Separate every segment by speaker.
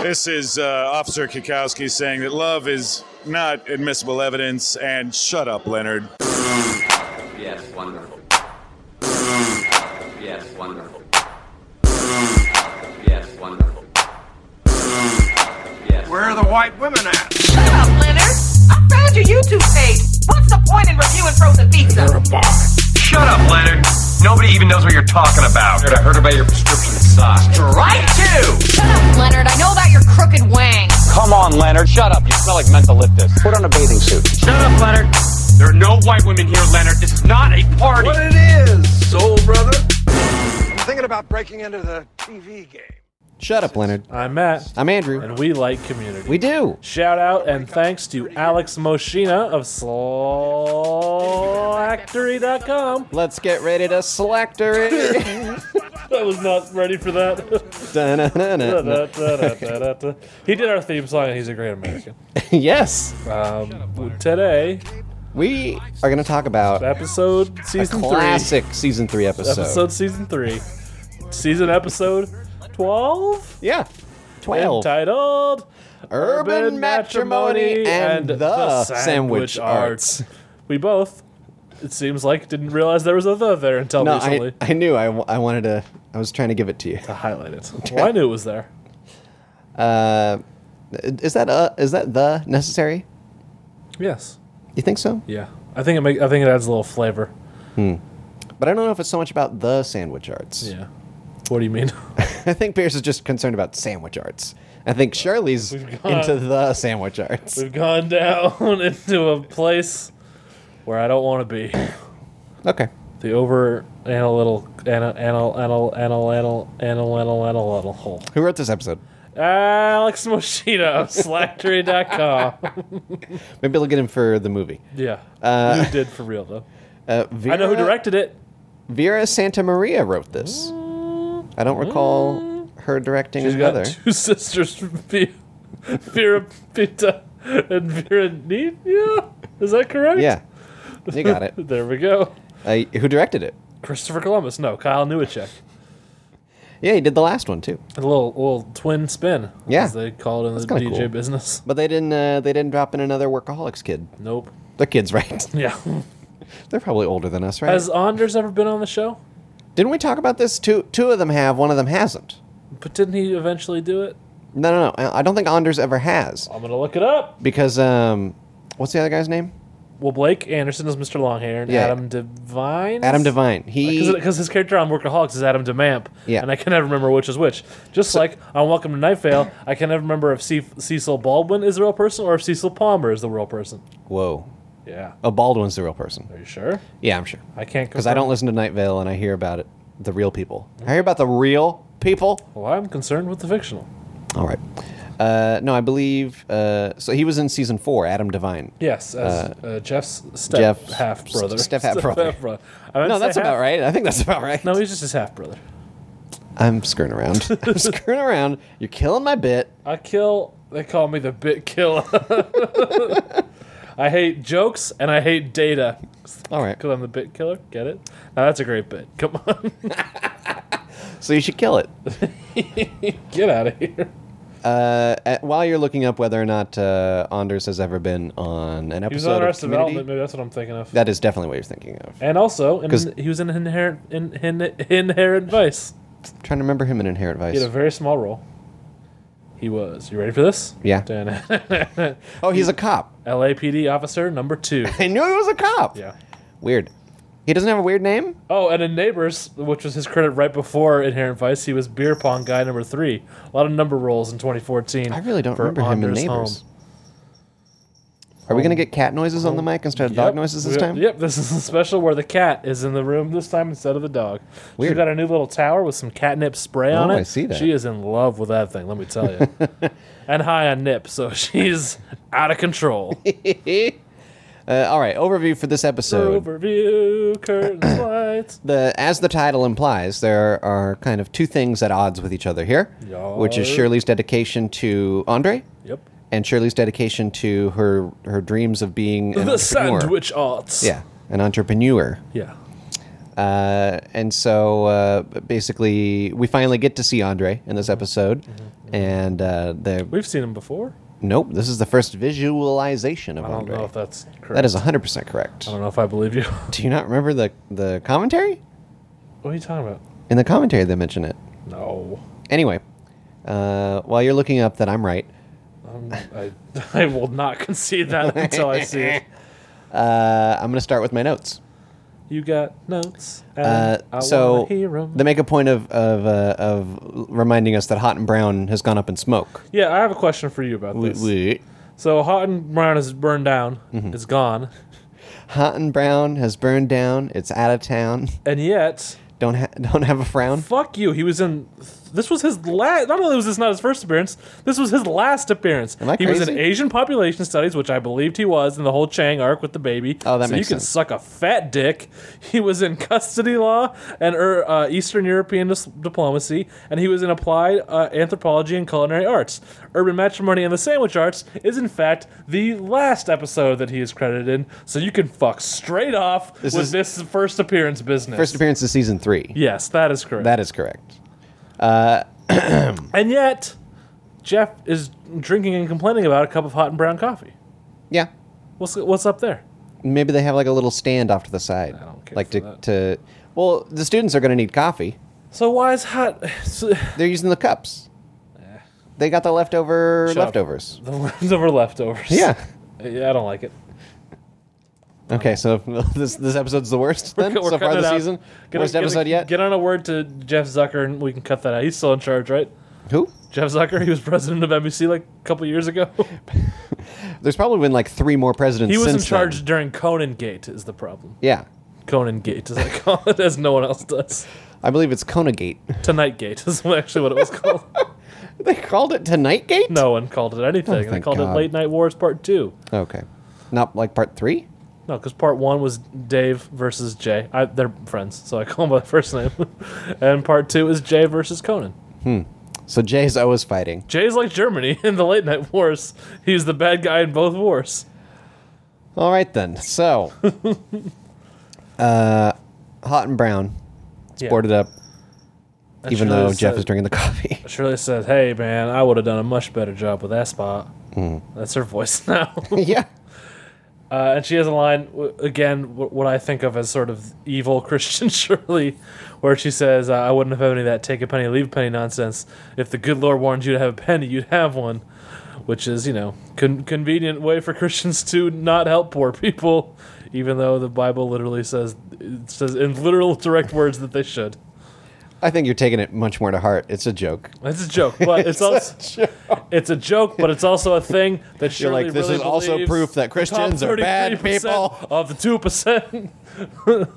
Speaker 1: This is uh, Officer Kikowski saying that love is not admissible evidence and shut up, Leonard.
Speaker 2: Yes, wonderful. Yes, wonderful. Yes, wonderful. Yes.
Speaker 3: Where are the white women at?
Speaker 4: Shut up, Leonard. I found your YouTube page. What's the point in reviewing frozen pizza?
Speaker 3: Shut up, Leonard. Nobody even knows what you're talking about. I heard about your prescription sock. Right to!
Speaker 4: Shut up, Leonard. I know about your crooked wang.
Speaker 5: Come on, Leonard. Shut up. You smell like mentholyptus. Put on a bathing suit.
Speaker 3: Shut up, Leonard. There are no white women here, Leonard. This is not a party. What it is, soul brother.
Speaker 6: I'm thinking about breaking into the TV game.
Speaker 5: Shut up, Leonard.
Speaker 7: I'm Matt,
Speaker 5: I'm Andrew.
Speaker 7: and we like community.
Speaker 5: We do.
Speaker 7: Shout out and thanks to Alex Moschina of Slactory.com.
Speaker 5: Let's get ready to selector it.
Speaker 7: I was not ready for that.
Speaker 5: Da-na-na-na.
Speaker 7: Da-da-da-da-da-da. he did our theme song and he's a great American.
Speaker 5: yes,
Speaker 7: Um, today,
Speaker 5: we are going to talk about a
Speaker 7: episode season three.
Speaker 5: classic season three episode.
Speaker 7: Episode season three. Season episode 12?
Speaker 5: Yeah, twelve.
Speaker 7: Entitled
Speaker 5: Urban, matrimony and, the sandwich, arts.
Speaker 7: We both, it seems like, didn't realize there was a the there until
Speaker 5: No,
Speaker 7: recently.
Speaker 5: I, I knew I, w- I wanted to. I was trying to give it to you.
Speaker 7: I highlight it. Well, I knew it was there.
Speaker 5: Uh, is that uh, is that the necessary?
Speaker 7: Yes.
Speaker 5: You think so?
Speaker 7: Yeah. I think it make, I think it adds a little flavor.
Speaker 5: But I don't know if it's so much about the sandwich arts.
Speaker 7: Yeah. What do you mean?
Speaker 5: I think Pierce is just concerned about sandwich arts. I think Shirley's into the sandwich arts.
Speaker 7: We've gone down into a place where I don't want to be.
Speaker 5: Okay.
Speaker 7: The over analytical anal anal anal anal anal anal anal anal hole.
Speaker 5: Who wrote this episode?
Speaker 7: Alex Moschino of Slacktree.com.
Speaker 5: Maybe they'll get him for the movie.
Speaker 7: Yeah. you did for real though.
Speaker 5: Uh, Vera,
Speaker 7: I know who directed it.
Speaker 5: Vera Santa Maria wrote this. I don't recall her directing
Speaker 7: She's got
Speaker 5: another.
Speaker 7: two sisters, Ve- Vera Pita and Vera Nina. Is that correct?
Speaker 5: Yeah. You got it.
Speaker 7: There we go.
Speaker 5: Uh, who directed it?
Speaker 7: Christopher Columbus. No, Kyle Newacek.
Speaker 5: Yeah, he did the last one too.
Speaker 7: A little little twin spin.
Speaker 5: Yeah.
Speaker 7: As they call it in the
Speaker 5: kinda
Speaker 7: DJ
Speaker 5: cool.
Speaker 7: business.
Speaker 5: But they didn't. Uh, they didn't drop in another workaholics kid.
Speaker 7: Nope.
Speaker 5: They're kids, right?
Speaker 7: Yeah.
Speaker 5: They're probably older than us, right?
Speaker 7: Has Anders ever been on the show?
Speaker 5: Didn't we talk about this? Two two of them have. One of them hasn't.
Speaker 7: But didn't he eventually do it?
Speaker 5: No, no, no. I I don't think Anders ever has
Speaker 7: I'm gonna look it up.
Speaker 5: because um, what's the other guy's name?
Speaker 7: Well, Blake Anderson is Mr. Longhair, and
Speaker 5: Yeah.
Speaker 7: Adam Devine.
Speaker 5: Adam Devine. He
Speaker 7: Because his character on Workaholics is Adam DeMamp,
Speaker 5: Yeah.
Speaker 7: and I can never remember which is which. Just like on Welcome to Night Vale, I can never remember if Ce- Cecil Baldwin is the real person or if Cecil Palmer is the real person.
Speaker 5: whoa.
Speaker 7: Yeah.
Speaker 5: Oh, Baldwin's the real person.
Speaker 7: Are you sure?
Speaker 5: Yeah, I'm sure.
Speaker 7: I can't
Speaker 5: Because I don't
Speaker 7: confirm.
Speaker 5: listen to Night Vale and I hear about it, the real people. I hear about the real people.
Speaker 7: Well, I'm concerned with the fictional.
Speaker 5: All right. Uh, no, I believe. Uh, so he was in season four, Adam Devine.
Speaker 7: Yes, as uh, Jeff's step
Speaker 5: Jeff's
Speaker 7: half brother.
Speaker 5: s- step half-brother. No, that's about right. I think that's about right.
Speaker 7: No, he's just his half brother.
Speaker 5: I'm screwing around. I'm screwing around. You're killing my bit.
Speaker 7: I kill. They call me the bit killer. I hate jokes and I hate data.
Speaker 5: All right.
Speaker 7: Because I'm the bit killer. Get it? Now that's a great bit. Come on.
Speaker 5: So you should kill it.
Speaker 7: Get out of here.
Speaker 5: Uh, uh, while you're looking up whether or not uh, Anders has ever been on an
Speaker 7: He
Speaker 5: episode
Speaker 7: was on
Speaker 5: of
Speaker 7: Arrested
Speaker 5: Community,
Speaker 7: Development. Maybe that's what I'm thinking of.
Speaker 5: that is definitely what you're thinking of.
Speaker 7: and also, in,
Speaker 5: 'Cause-
Speaker 7: he was in Inherent in, in, Inherent Vice.
Speaker 5: trying to remember him in Inherent Vice.
Speaker 7: He had a very small role. He was. You ready for this?
Speaker 5: Yeah.
Speaker 7: Dan-
Speaker 5: oh, he's a cop.
Speaker 7: LAPD officer number two.
Speaker 5: I knew he was a cop.
Speaker 7: Yeah.
Speaker 5: Weird. He doesn't have a weird name?
Speaker 7: Oh, and in Neighbors, which was his credit right before Inherent Vice, he was beer pong guy number three. A lot of number rolls in 2014.
Speaker 5: I really don't
Speaker 7: for
Speaker 5: remember him in
Speaker 7: Anders
Speaker 5: Neighbors.
Speaker 7: Home.
Speaker 5: Are we going to get cat noises on the mic instead of
Speaker 7: Um, Yep.
Speaker 5: dog noises this
Speaker 7: Yep,
Speaker 5: time?
Speaker 7: Yep, this is a special where the cat is in the room this time instead of the dog. We've
Speaker 5: Weird.
Speaker 7: got a new little tower with some catnip spray on
Speaker 5: Oh,
Speaker 7: it.
Speaker 5: I see that.
Speaker 7: She is in love with that thing, let me tell you. and high on nip, so she's out of control.
Speaker 5: uh, all right, overview for this episode.
Speaker 7: Overview, curtains, lights.
Speaker 5: the as the title implies, there are kind of two things at odds with each other here, which is
Speaker 7: Yar.
Speaker 5: Shirley's dedication to Andre
Speaker 7: Yep.
Speaker 5: and Shirley's dedication to her her dreams of being an
Speaker 7: The
Speaker 5: entrepreneur.
Speaker 7: sandwich arts.
Speaker 5: Yeah, an entrepreneur.
Speaker 7: Yeah.
Speaker 5: Uh, and so uh, basically, we finally get to see Andre in this episode.
Speaker 7: Mm-hmm.
Speaker 5: and uh, they
Speaker 7: We've seen him before.
Speaker 5: nope. This is the first visualization of
Speaker 7: I don't
Speaker 5: Andre.
Speaker 7: know if that's correct.
Speaker 5: that is 100 percent correct.
Speaker 7: I don't know if I believe you.
Speaker 5: Do you not remember the the commentary?
Speaker 7: what are you talking about?
Speaker 5: In the commentary, they mention it.
Speaker 7: No.
Speaker 5: Anyway, uh, while you're looking up that I'm right,
Speaker 7: I, I will not concede that until I see it.
Speaker 5: uh, I'm going to start with my notes.
Speaker 7: You got notes. and
Speaker 5: Uh,
Speaker 7: I
Speaker 5: so
Speaker 7: wanna hear 'em.
Speaker 5: they make a point of of, uh, of reminding us that Hot and Brown has gone up in smoke.
Speaker 7: yeah, I have a question for you about this. So Hot and Brown is burned down.
Speaker 5: Mm-hmm.
Speaker 7: It's gone,
Speaker 5: Hot and Brown has burned down. It's out of town.
Speaker 7: and yet,
Speaker 5: Don't ha- don't have a frown.
Speaker 7: fuck you. He was in. This was his last. Not only was this not his first appearance, this was his last appearance.
Speaker 5: Am I
Speaker 7: he was in
Speaker 5: crazy?
Speaker 7: Asian population studies, which I believed he was in the whole Chang arc with the baby.
Speaker 5: Oh, that
Speaker 7: so you
Speaker 5: makes
Speaker 7: can
Speaker 5: sense.
Speaker 7: suck a fat dick. He was in custody law and er, uh, Eastern European dis- diplomacy, and he was in applied uh, anthropology and culinary arts. Urban matrimony and the sandwich arts is in fact the last episode that he is credited in. So you can fuck straight off
Speaker 5: This
Speaker 7: with
Speaker 5: is-
Speaker 7: this first appearance business.
Speaker 5: First appearance is season three.
Speaker 7: Yes, that is correct.
Speaker 5: That is correct.
Speaker 7: And yet, Jeff is drinking and complaining about a cup of hot and brown coffee.
Speaker 5: Yeah.
Speaker 7: What's what's up there?
Speaker 5: Maybe they have like a little stand off to the side, I
Speaker 7: don't care
Speaker 5: like
Speaker 7: for
Speaker 5: to
Speaker 7: that.
Speaker 5: to. Well, the students are going to need coffee.
Speaker 7: So why is hot? So,
Speaker 5: They're using the cups.
Speaker 7: Eh.
Speaker 5: They got the leftover
Speaker 7: Shut up.
Speaker 5: leftovers.
Speaker 7: the leftover leftovers.
Speaker 5: Yeah.
Speaker 7: yeah, I don't like it.
Speaker 5: Okay, so this this episode's the worst then
Speaker 7: We're
Speaker 5: so
Speaker 7: cutting
Speaker 5: far
Speaker 7: it
Speaker 5: this
Speaker 7: out.
Speaker 5: season.
Speaker 7: Get on-
Speaker 5: worst
Speaker 7: get on-
Speaker 5: episode yet.
Speaker 7: Get on a word to Jeff Zucker, and we can cut that out. He's still in charge, right?
Speaker 5: Who?
Speaker 7: Jeff Zucker, he was president of NBC like a couple years ago.
Speaker 5: There's probably been like three more presidents.
Speaker 7: he was in
Speaker 5: since then.
Speaker 7: charge during Conan Gate, is the problem.
Speaker 5: Yeah,
Speaker 7: Conan Gate, as I call it, as no one else does.
Speaker 5: I believe it's Conagate.
Speaker 7: Tonight Gate is actually what it was called.
Speaker 5: They called it Tonight Gate.
Speaker 7: No one called it anything. they
Speaker 5: Oh, thank
Speaker 7: called it
Speaker 5: God.
Speaker 7: Late Night Wars Part 2.
Speaker 5: Okay, not like part three.
Speaker 7: No, because part one was Dave versus Jay. I, they're friends, so I call them by their first name. and part two is Jay versus Conan.
Speaker 5: So Jay's always fighting.
Speaker 7: Jay's like Germany in the late night wars. He's the bad guy in both wars.
Speaker 5: All right then. So, uh, hot and brown, it's
Speaker 7: Yeah.
Speaker 5: boarded up.
Speaker 7: And
Speaker 5: Even
Speaker 7: Shirley
Speaker 5: though Jeff
Speaker 7: said-
Speaker 5: is drinking the coffee,
Speaker 7: Shirley says, "Hey man, I would have done a much better job with that spot."
Speaker 5: Hmm.
Speaker 7: That's her voice now.
Speaker 5: yeah,
Speaker 7: Uh, and she has a line w- again, w- what I think of as sort of evil Christian Shirley, where she says, uh, "I wouldn't have had any of that take a penny, leave a penny nonsense. If the good Lord warned you to have a penny, you'd have one," which is you know con- convenient way for Christians to not help poor people, even though the Bible literally says it says in literal direct words that they should.
Speaker 5: I think you're taking it much more to heart. It's a joke.
Speaker 7: It's a joke, but it's, also it's a joke, but it's also a thing that
Speaker 5: You're
Speaker 7: Shirley
Speaker 5: like, this
Speaker 7: really
Speaker 5: is also
Speaker 7: believes
Speaker 5: proof that
Speaker 7: the top
Speaker 5: Christians are bad
Speaker 7: 33%
Speaker 5: people.
Speaker 7: of the two percent.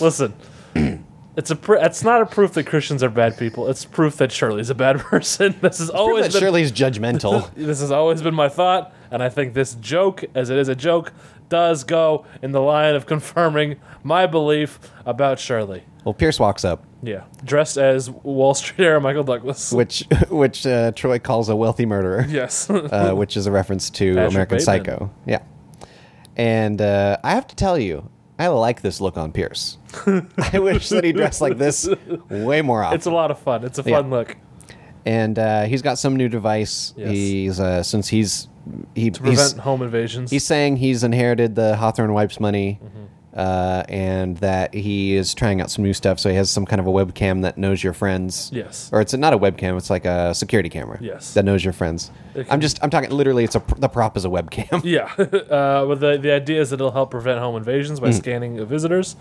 Speaker 7: Listen, it's a pr- it's not a proof that Christians are bad people. It's proof that Shirley's a bad person. This has
Speaker 5: Prove
Speaker 7: always
Speaker 5: that
Speaker 7: been,
Speaker 5: Shirley's judgmental.
Speaker 7: this has always been my thought, and I think this joke, as it is a joke, does go in the line of confirming my belief about Shirley.
Speaker 5: well, Pierce walks up,
Speaker 7: Yeah, dressed as Wall Street era Michael Douglas.
Speaker 5: which which uh, Troy calls a wealthy murderer.
Speaker 7: yes.
Speaker 5: uh, which is a reference to
Speaker 7: Patrick
Speaker 5: American
Speaker 7: Bateman.
Speaker 5: Psycho. Yeah. And uh, I have to tell you, I like this look on Pierce. I wish that he dressed like this way more often.
Speaker 7: It's a lot of fun. It's a
Speaker 5: Yeah.
Speaker 7: fun look.
Speaker 5: and uh, he's got some new device.
Speaker 7: Yes.
Speaker 5: He's uh, since he's he,
Speaker 7: To prevent
Speaker 5: he's,
Speaker 7: home invasions.
Speaker 5: he's saying he's inherited the Hawthorne wipes money.
Speaker 7: Mm-hmm.
Speaker 5: Uh, and that he is trying out some new stuff, so he has some kind of a webcam that knows your friends.
Speaker 7: Yes.
Speaker 5: or it's not a webcam; it's like a security camera.
Speaker 7: Yes.
Speaker 5: that knows your friends.
Speaker 7: It can-
Speaker 5: I'm just, I'm talking literally. It's a pr- the prop is a webcam.
Speaker 7: yeah, uh, but the, the idea is that it'll help prevent home invasions by
Speaker 5: Hmm.
Speaker 7: scanning of visitors.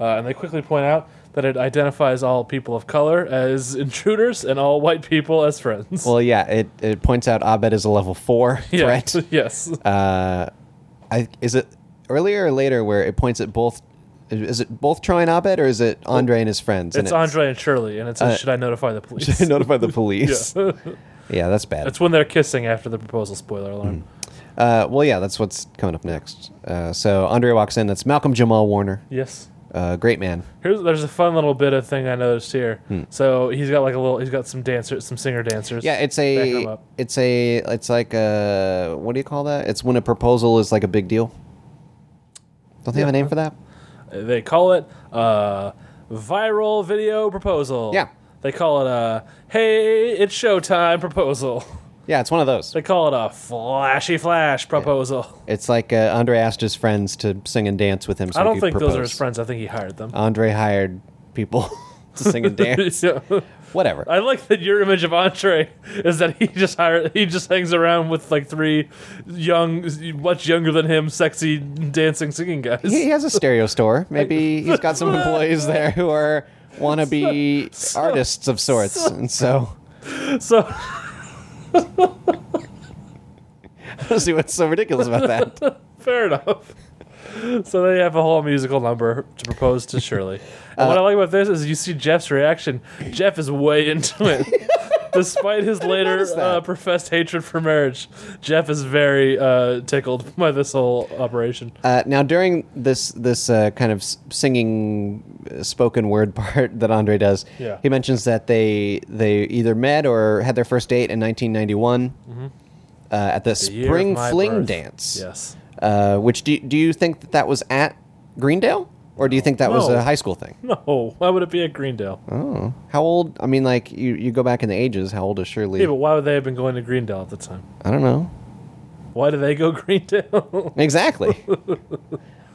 Speaker 7: Uh, and they quickly point out that it identifies all people of color as intruders and all white people as friends.
Speaker 5: Well, yeah, it, it points out Abed is a level four
Speaker 7: yeah.
Speaker 5: threat. Uh,
Speaker 7: Yes.
Speaker 5: I, is it earlier or later where it points at both? Is it both Troy and Abed, or is it Andre and Uh, his friends?
Speaker 7: it's Andre and Shirley, and it says, Should I notify the police?
Speaker 5: to notify the police. Yeah,
Speaker 7: Yeah.
Speaker 5: that's bad.
Speaker 7: That's when they're kissing after the proposal. Spoiler alarm.
Speaker 5: uh, well, yeah, that's what's coming up next. Uh, so Andre walks in. That's Malcolm Jamal Warner,
Speaker 7: Yes.
Speaker 5: uh, great man.
Speaker 7: Here's, there's a fun little bit of thing I noticed here. So he's got like a little, he's got some dancers, some singer dancers.
Speaker 5: Hmm. Yeah, it's
Speaker 7: backing him
Speaker 5: a,
Speaker 7: up.
Speaker 5: it's a, it's like a, what do you call that? It's when a proposal is like a big deal. Don't they have a name for that?
Speaker 7: They call it uh, viral video proposal.
Speaker 5: Yeah.
Speaker 7: They call it a hey, it's showtime proposal.
Speaker 5: Yeah, it's one of those.
Speaker 7: They call it a flashy flash proposal.
Speaker 5: It's like uh, Andre asked his friends to sing and dance with him. So
Speaker 7: I
Speaker 5: he
Speaker 7: don't
Speaker 5: could
Speaker 7: think those are his
Speaker 5: propose.
Speaker 7: friends. I think he hired them.
Speaker 5: Andre hired people to sing and dance.
Speaker 7: Yeah.
Speaker 5: Whatever.
Speaker 7: I like that your image of Entree is that he just hired, he just hangs around with like three young, much younger than him, sexy dancing singing guys.
Speaker 5: He has a stereo store. Maybe he's got some employees there who are wannabe artists of sorts, and so
Speaker 7: So
Speaker 5: I don't see what's so ridiculous about that.
Speaker 7: fair enough. So they have a whole musical number to propose to Shirley.
Speaker 5: Uh,
Speaker 7: And what I like about this is you see Jeff's reaction. Jeff is way into it. Despite his later
Speaker 5: notice that.
Speaker 7: uh, professed hatred for marriage, Jeff is very uh, tickled by this whole operation.
Speaker 5: Uh, now, during this this uh, kind of s- singing, uh, spoken word part that Andre does,
Speaker 7: Yeah.
Speaker 5: he mentions that they they either met or had their first date in 1991 uh, at the,
Speaker 7: Mm-hmm. year of
Speaker 5: Spring
Speaker 7: my
Speaker 5: Fling
Speaker 7: birth.
Speaker 5: Dance.
Speaker 7: Yes.
Speaker 5: Uh, which do do you think that that was at Greendale, or do you think that was
Speaker 7: No.
Speaker 5: a high school thing?
Speaker 7: No. Why would it be at Greendale?
Speaker 5: How old? I mean, like you, you go back in the ages. How old is Shirley?
Speaker 7: Yeah, but why would they have been going to Greendale at the time?
Speaker 5: I don't know
Speaker 7: Why do they go Greendale?
Speaker 5: exactly.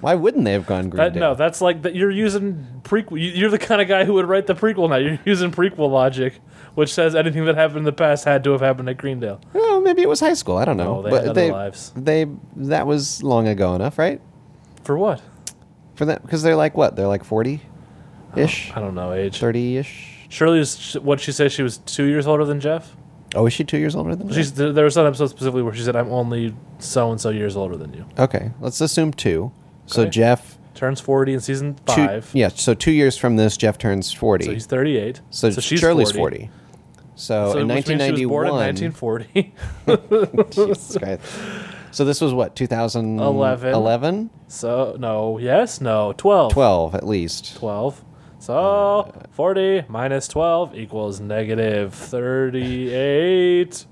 Speaker 5: Why wouldn't they have gone Greendale?
Speaker 7: that, no, that's like that. You're using prequel. you- You're the kind of guy who would write the prequel now. You're using prequel logic, which says anything that happened in the past had to have happened at Greendale.
Speaker 5: Well, maybe it was high school. I don't know.
Speaker 7: No, they had other lives.
Speaker 5: Oh, They that was long ago enough, right?
Speaker 7: For what?
Speaker 5: For that because they're like what? They're like forty, ish,
Speaker 7: I don't know. Age.
Speaker 5: thirty ish.
Speaker 7: Shirley is what she says. She was two years older than Jeff.
Speaker 5: Oh, is she two years older than?
Speaker 7: She's there, there was an episode specifically where she said, "I'm only so and so years older than you."
Speaker 5: that? okay. Let's assume two. So
Speaker 7: Okay.
Speaker 5: Jeff,
Speaker 7: Turns forty in season
Speaker 5: two,
Speaker 7: five.
Speaker 5: yeah. So two years from this, Jeff turns forty.
Speaker 7: So he's thirty-eight.
Speaker 5: So, Shirley's 40. So,
Speaker 7: So
Speaker 5: in
Speaker 7: which means she was born in
Speaker 5: 1991.
Speaker 7: 1940.
Speaker 5: Jesus Christ. So this was what, 2011?
Speaker 7: Eleven. So no, yes, no, twelve.
Speaker 5: 12 at least.
Speaker 7: 12. So 40 minus 12 equals negative 38.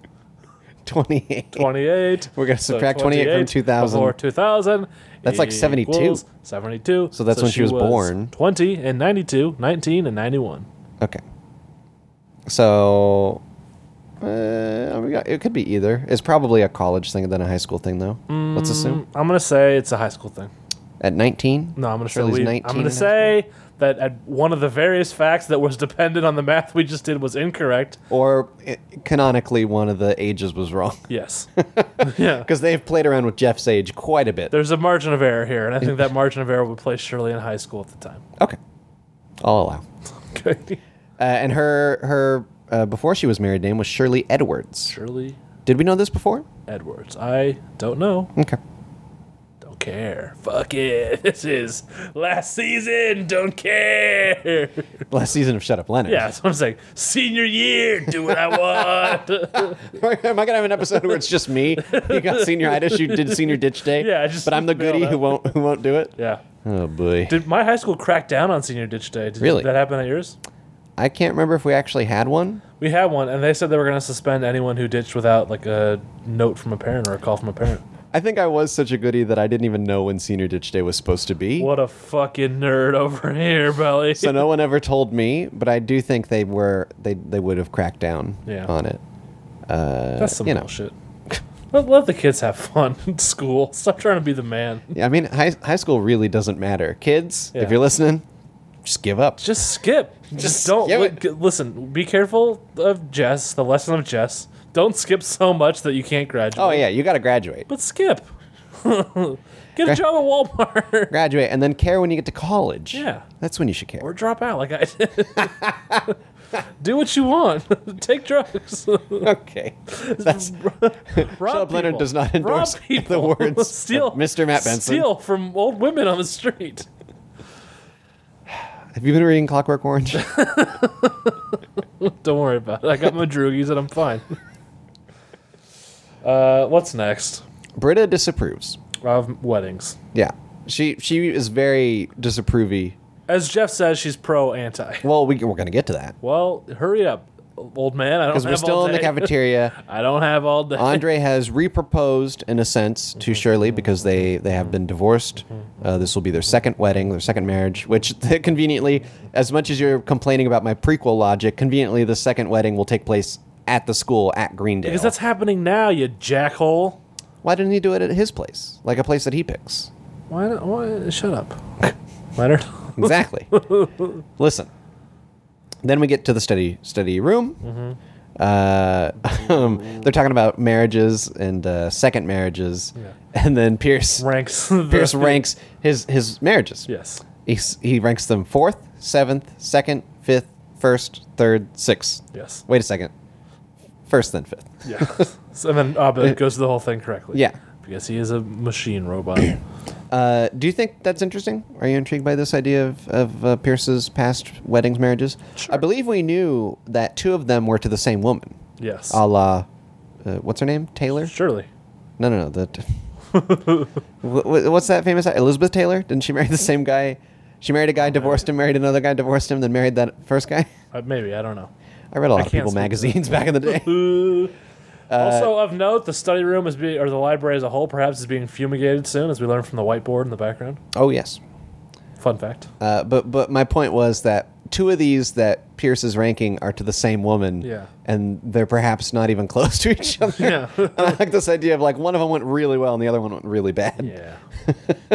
Speaker 5: 28.
Speaker 7: 28.
Speaker 5: We're gonna
Speaker 7: So
Speaker 5: subtract 28 from 2000.
Speaker 7: Before 2000.
Speaker 5: That's like 72.
Speaker 7: equals 72.
Speaker 5: So that's when she was born.
Speaker 7: 20 and 92, 19 and 91.
Speaker 5: Okay. So uh, we got- it could be either. It's probably a college thing than a high school thing though. Let's assume
Speaker 7: I'm going to say it's a high school thing.
Speaker 5: at 19.
Speaker 7: Mm. No, I'm going to say
Speaker 5: Shirley's
Speaker 7: we-
Speaker 5: 19
Speaker 7: I'm going
Speaker 5: in high
Speaker 7: to say that at one of the various facts that was dependent on the math we just did was incorrect.
Speaker 5: or i canonically one of the ages was wrong
Speaker 7: Yes. yeah.
Speaker 5: because they've played around with Jeff's age quite a bit.
Speaker 7: There's a margin of error here, and I think that margin of error would place Shirley in high school at the time.
Speaker 5: okay. I'll allow.
Speaker 7: Okay.
Speaker 5: Uh, and her her uh, before she was married name was Shirley Edwards.
Speaker 7: Shirley
Speaker 5: Did we know this before?
Speaker 7: Edwards. I don't know.
Speaker 5: Okay.
Speaker 7: Don't care. Fuck it. This is last season. Don't care.
Speaker 5: Last season of Shut Up Leonard.
Speaker 7: Yeah, that's what I'm saying. Senior year. Do what I want.
Speaker 5: Am I gonna have an episode where it's just me? You got senioritis. You did senior ditch day.
Speaker 7: Yeah, I just
Speaker 5: but I'm the
Speaker 7: bailed
Speaker 5: goody
Speaker 7: out.
Speaker 5: who won't who won't do it.
Speaker 7: yeah.
Speaker 5: Oh boy.
Speaker 7: Did my high school crack down on senior ditch day? Did
Speaker 5: Really?
Speaker 7: that happen at yours?
Speaker 5: I can't remember if we actually had one.
Speaker 7: We had one, and they said they were going to suspend anyone who ditched without like a note from a parent or a call from a parent.
Speaker 5: I think I was such a goody that I didn't even know when senior ditch day was supposed to be.
Speaker 7: What a fucking nerd over here, Belly.
Speaker 5: So no one ever told me, but I do think they were they they would have cracked down
Speaker 7: Yeah.
Speaker 5: on it.
Speaker 7: That's some
Speaker 5: you know.
Speaker 7: bullshit. Let, let the kids have fun in school. Stop trying to be the man.
Speaker 5: Yeah, I mean high high school really doesn't matter. Kids,
Speaker 7: Yeah.
Speaker 5: if you're listening, just give up.
Speaker 7: Just skip. Just don't
Speaker 5: skip
Speaker 7: li-
Speaker 5: it.
Speaker 7: g- listen. Be careful of Jess. The lesson of Jess. Don't skip so much that you can't graduate.
Speaker 5: Oh yeah, you got to graduate.
Speaker 7: but skip. Get a job at Walmart
Speaker 5: Graduate and then care when you get to college.
Speaker 7: Yeah.
Speaker 5: That's when you should care.
Speaker 7: or drop out like I did. Do what you want. Take drugs. Rob
Speaker 5: okay. That's Philip Leonard
Speaker 7: people.
Speaker 5: does not
Speaker 7: Rob
Speaker 5: endorse the
Speaker 7: people.
Speaker 5: words of
Speaker 7: steal,
Speaker 5: Mr. Matt Benson.
Speaker 7: Steal from old women on the street.
Speaker 5: Have you been reading Clockwork Orange?
Speaker 7: Don't worry about it. I got my droogies and I'm fine. Uh, what's next?
Speaker 5: Britta disapproves.
Speaker 7: Of weddings.
Speaker 5: Yeah. She she is very disapprovy.
Speaker 7: As Jeff says, she's pro anti.
Speaker 5: Well, we, we're going to get to that.
Speaker 7: Well, hurry up. old man. I don't
Speaker 5: because
Speaker 7: have
Speaker 5: we're still
Speaker 7: all
Speaker 5: in the
Speaker 7: day.
Speaker 5: cafeteria.
Speaker 7: I don't have all day.
Speaker 5: Andre has reproposed in a sense to Shirley because they they have been divorced.
Speaker 7: Hmm.
Speaker 5: Uh, this will be their second wedding, their second marriage. Which conveniently, as much as you're complaining about my prequel logic, conveniently the second wedding will take place at the school at Greendale.
Speaker 7: because that's happening now, you jackhole.
Speaker 5: Why didn't he do it at his place, like a place that he picks?
Speaker 7: Why? not- why shut up, Leonard.
Speaker 5: Exactly. Listen. Then we get to the study study room.
Speaker 7: Mm-hmm.
Speaker 5: Uh, they're talking about marriages and uh, second marriages, and then Pierce
Speaker 7: Ranks. the-
Speaker 5: Pierce ranks his his marriages.
Speaker 7: Yes.
Speaker 5: He s- he ranks them fourth, seventh, second, fifth, first, third, sixth.
Speaker 7: Yes.
Speaker 5: Wait a second. First then fifth.
Speaker 7: Yeah. So, and then Abed goes through the whole thing correctly.
Speaker 5: Uh, Yeah.
Speaker 7: Because he is a machine robot.
Speaker 5: Uh, do you think that's interesting? Are you intrigued by this idea of, of uh, Pierce's past weddings, marriages? I believe we knew that two of them were to the same woman,
Speaker 7: yes.
Speaker 5: a la, uh, what's her name? Taylor?
Speaker 7: Surely.
Speaker 5: No, no, no. The, Wh- wh- what's that famous? Elizabeth Taylor? Didn't she marry the same guy? She married a guy, divorced him, married another guy, divorced him, then married that first guy?
Speaker 7: Uh, maybe I don't know.
Speaker 5: I read a lot of
Speaker 7: can't
Speaker 5: People
Speaker 7: speak to
Speaker 5: magazines back in the day. Uh,
Speaker 7: also of note, the study room is being, or the library as a whole, perhaps is being fumigated soon, as we learn from the whiteboard in the background.
Speaker 5: Oh, yes.
Speaker 7: Fun fact.
Speaker 5: Uh, but but my point was that two of these that Pierce is ranking are to the same woman.
Speaker 7: Yeah.
Speaker 5: And they're perhaps not even close to each other.
Speaker 7: Yeah.
Speaker 5: And I like this idea of like one of them went really well and the other one went really bad.
Speaker 7: yeah.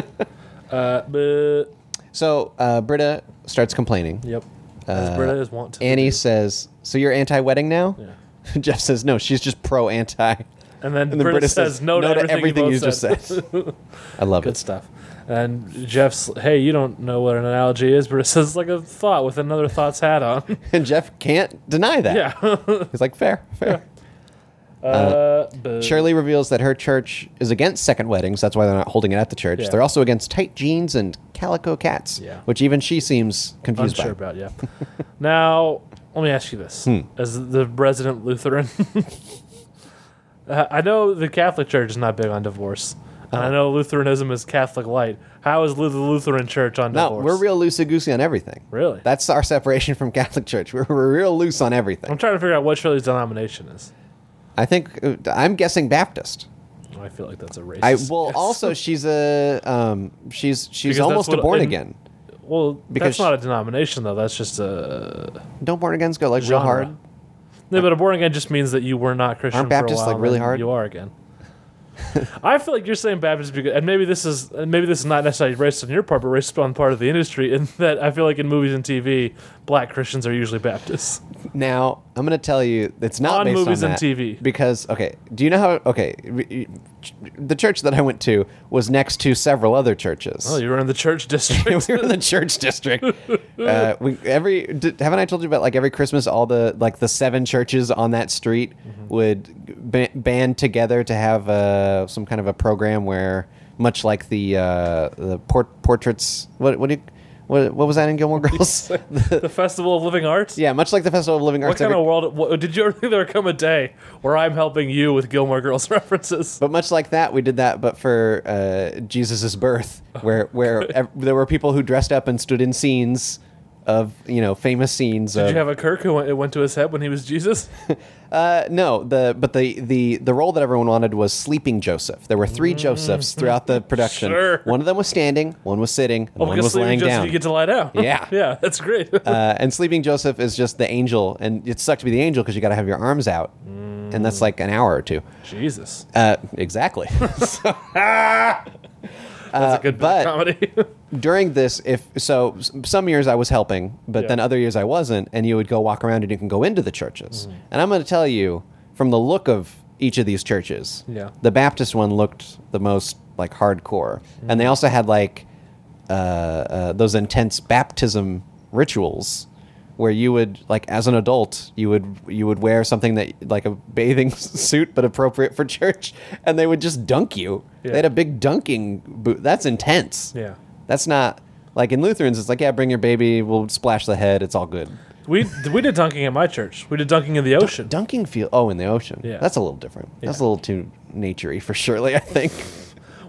Speaker 7: uh, but,
Speaker 5: So uh, Britta starts complaining.
Speaker 7: yep. As Britta is wont to.
Speaker 5: Annie says, "So you're anti-wedding now?"
Speaker 7: Yeah.
Speaker 5: Jeff says, "No, she's just pro-anti."
Speaker 7: And then, Britta, says, no, to everything, you, both
Speaker 5: just
Speaker 7: said.
Speaker 5: said." I love
Speaker 7: Good
Speaker 5: it.
Speaker 7: stuff. And Jeff's, hey, you don't know what an analogy is, Britta says, it's like a thought with another thought's hat on.
Speaker 5: And Jeff can't deny that.
Speaker 7: yeah.
Speaker 5: He's like, "Fair, fair."
Speaker 7: Uh, but
Speaker 5: Shirley reveals that her church is against second weddings. That's why they're not holding it at the church.
Speaker 7: Yeah.
Speaker 5: They're also against tight jeans and calico cats,
Speaker 7: Yeah.
Speaker 5: which even she seems confused
Speaker 7: unsure
Speaker 5: by.
Speaker 7: about, yeah. now, let me ask you this:
Speaker 5: Hmm.
Speaker 7: as the resident Lutheran, uh, I know the Catholic Church is not big on divorce, and
Speaker 5: Uh-huh.
Speaker 7: I know Lutheranism is Catholic light. How is Lu- the Lutheran Church on
Speaker 5: No,
Speaker 7: divorce?
Speaker 5: we're real loosey goosey on everything.
Speaker 7: Really?
Speaker 5: That's our separation from Catholic Church. We're, we're real loose on everything.
Speaker 7: I'm trying to figure out what Shirley's denomination is.
Speaker 5: I think uh, I'm guessing Baptist.
Speaker 7: I feel like that's a racist.
Speaker 5: I well
Speaker 7: guess.
Speaker 5: also she's a um she's she's
Speaker 7: Because that's
Speaker 5: almost a
Speaker 7: what-
Speaker 5: born
Speaker 7: and-
Speaker 5: again.
Speaker 7: well,
Speaker 5: because-
Speaker 7: that's not a denomination though. That's just a
Speaker 5: Don't born agains go like real
Speaker 7: genre.
Speaker 5: hard?
Speaker 7: No, but a born again just means that you were not Christian.
Speaker 5: Aren't Baptists,
Speaker 7: for a while,
Speaker 5: like, really
Speaker 7: then
Speaker 5: hard?
Speaker 7: You are again. I feel like you're saying Baptist because, and maybe this is, and maybe this is not necessarily racist on your part, but racist on the part of the industry. In that, I feel like in movies and TV, black Christians are usually Baptists.
Speaker 5: Now I'm gonna tell you it's not
Speaker 7: On
Speaker 5: based
Speaker 7: movies
Speaker 5: on
Speaker 7: and
Speaker 5: that
Speaker 7: TV.
Speaker 5: because okay. Do you know how okay? y- y- ch- The church that I went to was next to several other churches.
Speaker 7: Oh, you were in the church
Speaker 5: we
Speaker 7: district.
Speaker 5: were in the church district. Uh, we, every did, haven't I told you about like every Christmas, all the like the seven churches on that street
Speaker 7: Mm-hmm.
Speaker 5: would ba- band together to have uh, some kind of a program where, much like the uh, the port- portraits, what what do you, what, what was that in Gilmore Girls?
Speaker 7: the Festival of Living Arts.
Speaker 5: yeah, much like the Festival of Living
Speaker 7: What
Speaker 5: Arts.
Speaker 7: kind
Speaker 5: every-
Speaker 7: of world? What, did you ever think there would come a day where I'm helping you with Gilmore Girls references?
Speaker 5: But much like that, we did that, but for uh, Jesus' birth, where where ev- there were people who dressed up and stood in scenes of you know famous scenes.
Speaker 7: Did
Speaker 5: of,
Speaker 7: you have a Kirk who went, it went to his head when he was Jesus?
Speaker 5: Uh, no, the but the the the role that everyone wanted was sleeping Joseph. There were three Josephs throughout the production.
Speaker 7: Mm. Sure.
Speaker 5: One of them was standing, one was sitting, and
Speaker 7: Well,
Speaker 5: one
Speaker 7: because
Speaker 5: was
Speaker 7: sleeping
Speaker 5: laying
Speaker 7: Joseph,
Speaker 5: down.
Speaker 7: you get to lie down.
Speaker 5: Yeah.
Speaker 7: yeah, that's great.
Speaker 5: uh, and sleeping Joseph is just the angel, and it sucked to be the angel because you got to have your arms out, and
Speaker 7: Mm.
Speaker 5: that's like an hour or two.
Speaker 7: Jesus,
Speaker 5: Uh, exactly.
Speaker 7: that's a good bit of
Speaker 5: Uh, but-
Speaker 7: comedy.
Speaker 5: during this if so s- some years i was helping but
Speaker 7: Yeah.
Speaker 5: then other years i wasn't and you would go walk around and you can go into the churches
Speaker 7: Mm.
Speaker 5: and i'm going to tell you from the look of each of these churches
Speaker 7: Yeah.
Speaker 5: the baptist one looked the most like hardcore and they
Speaker 7: Mm.
Speaker 5: also had like uh, uh, those intense baptism rituals where you would like as an adult you would you would wear something that like a bathing suit but appropriate for church and they would just dunk you
Speaker 7: Yeah.
Speaker 5: they had a big dunking boot that's intense
Speaker 7: Yeah.
Speaker 5: that's not like in Lutherans. It's like, yeah, bring your baby. We'll splash the head. It's all good.
Speaker 7: We we did dunking at my church. We did dunking in the ocean.
Speaker 5: Dunking feel. Oh, in the ocean.
Speaker 7: Yeah.
Speaker 5: that's a little different. That's a little too naturey for Shirley. I think.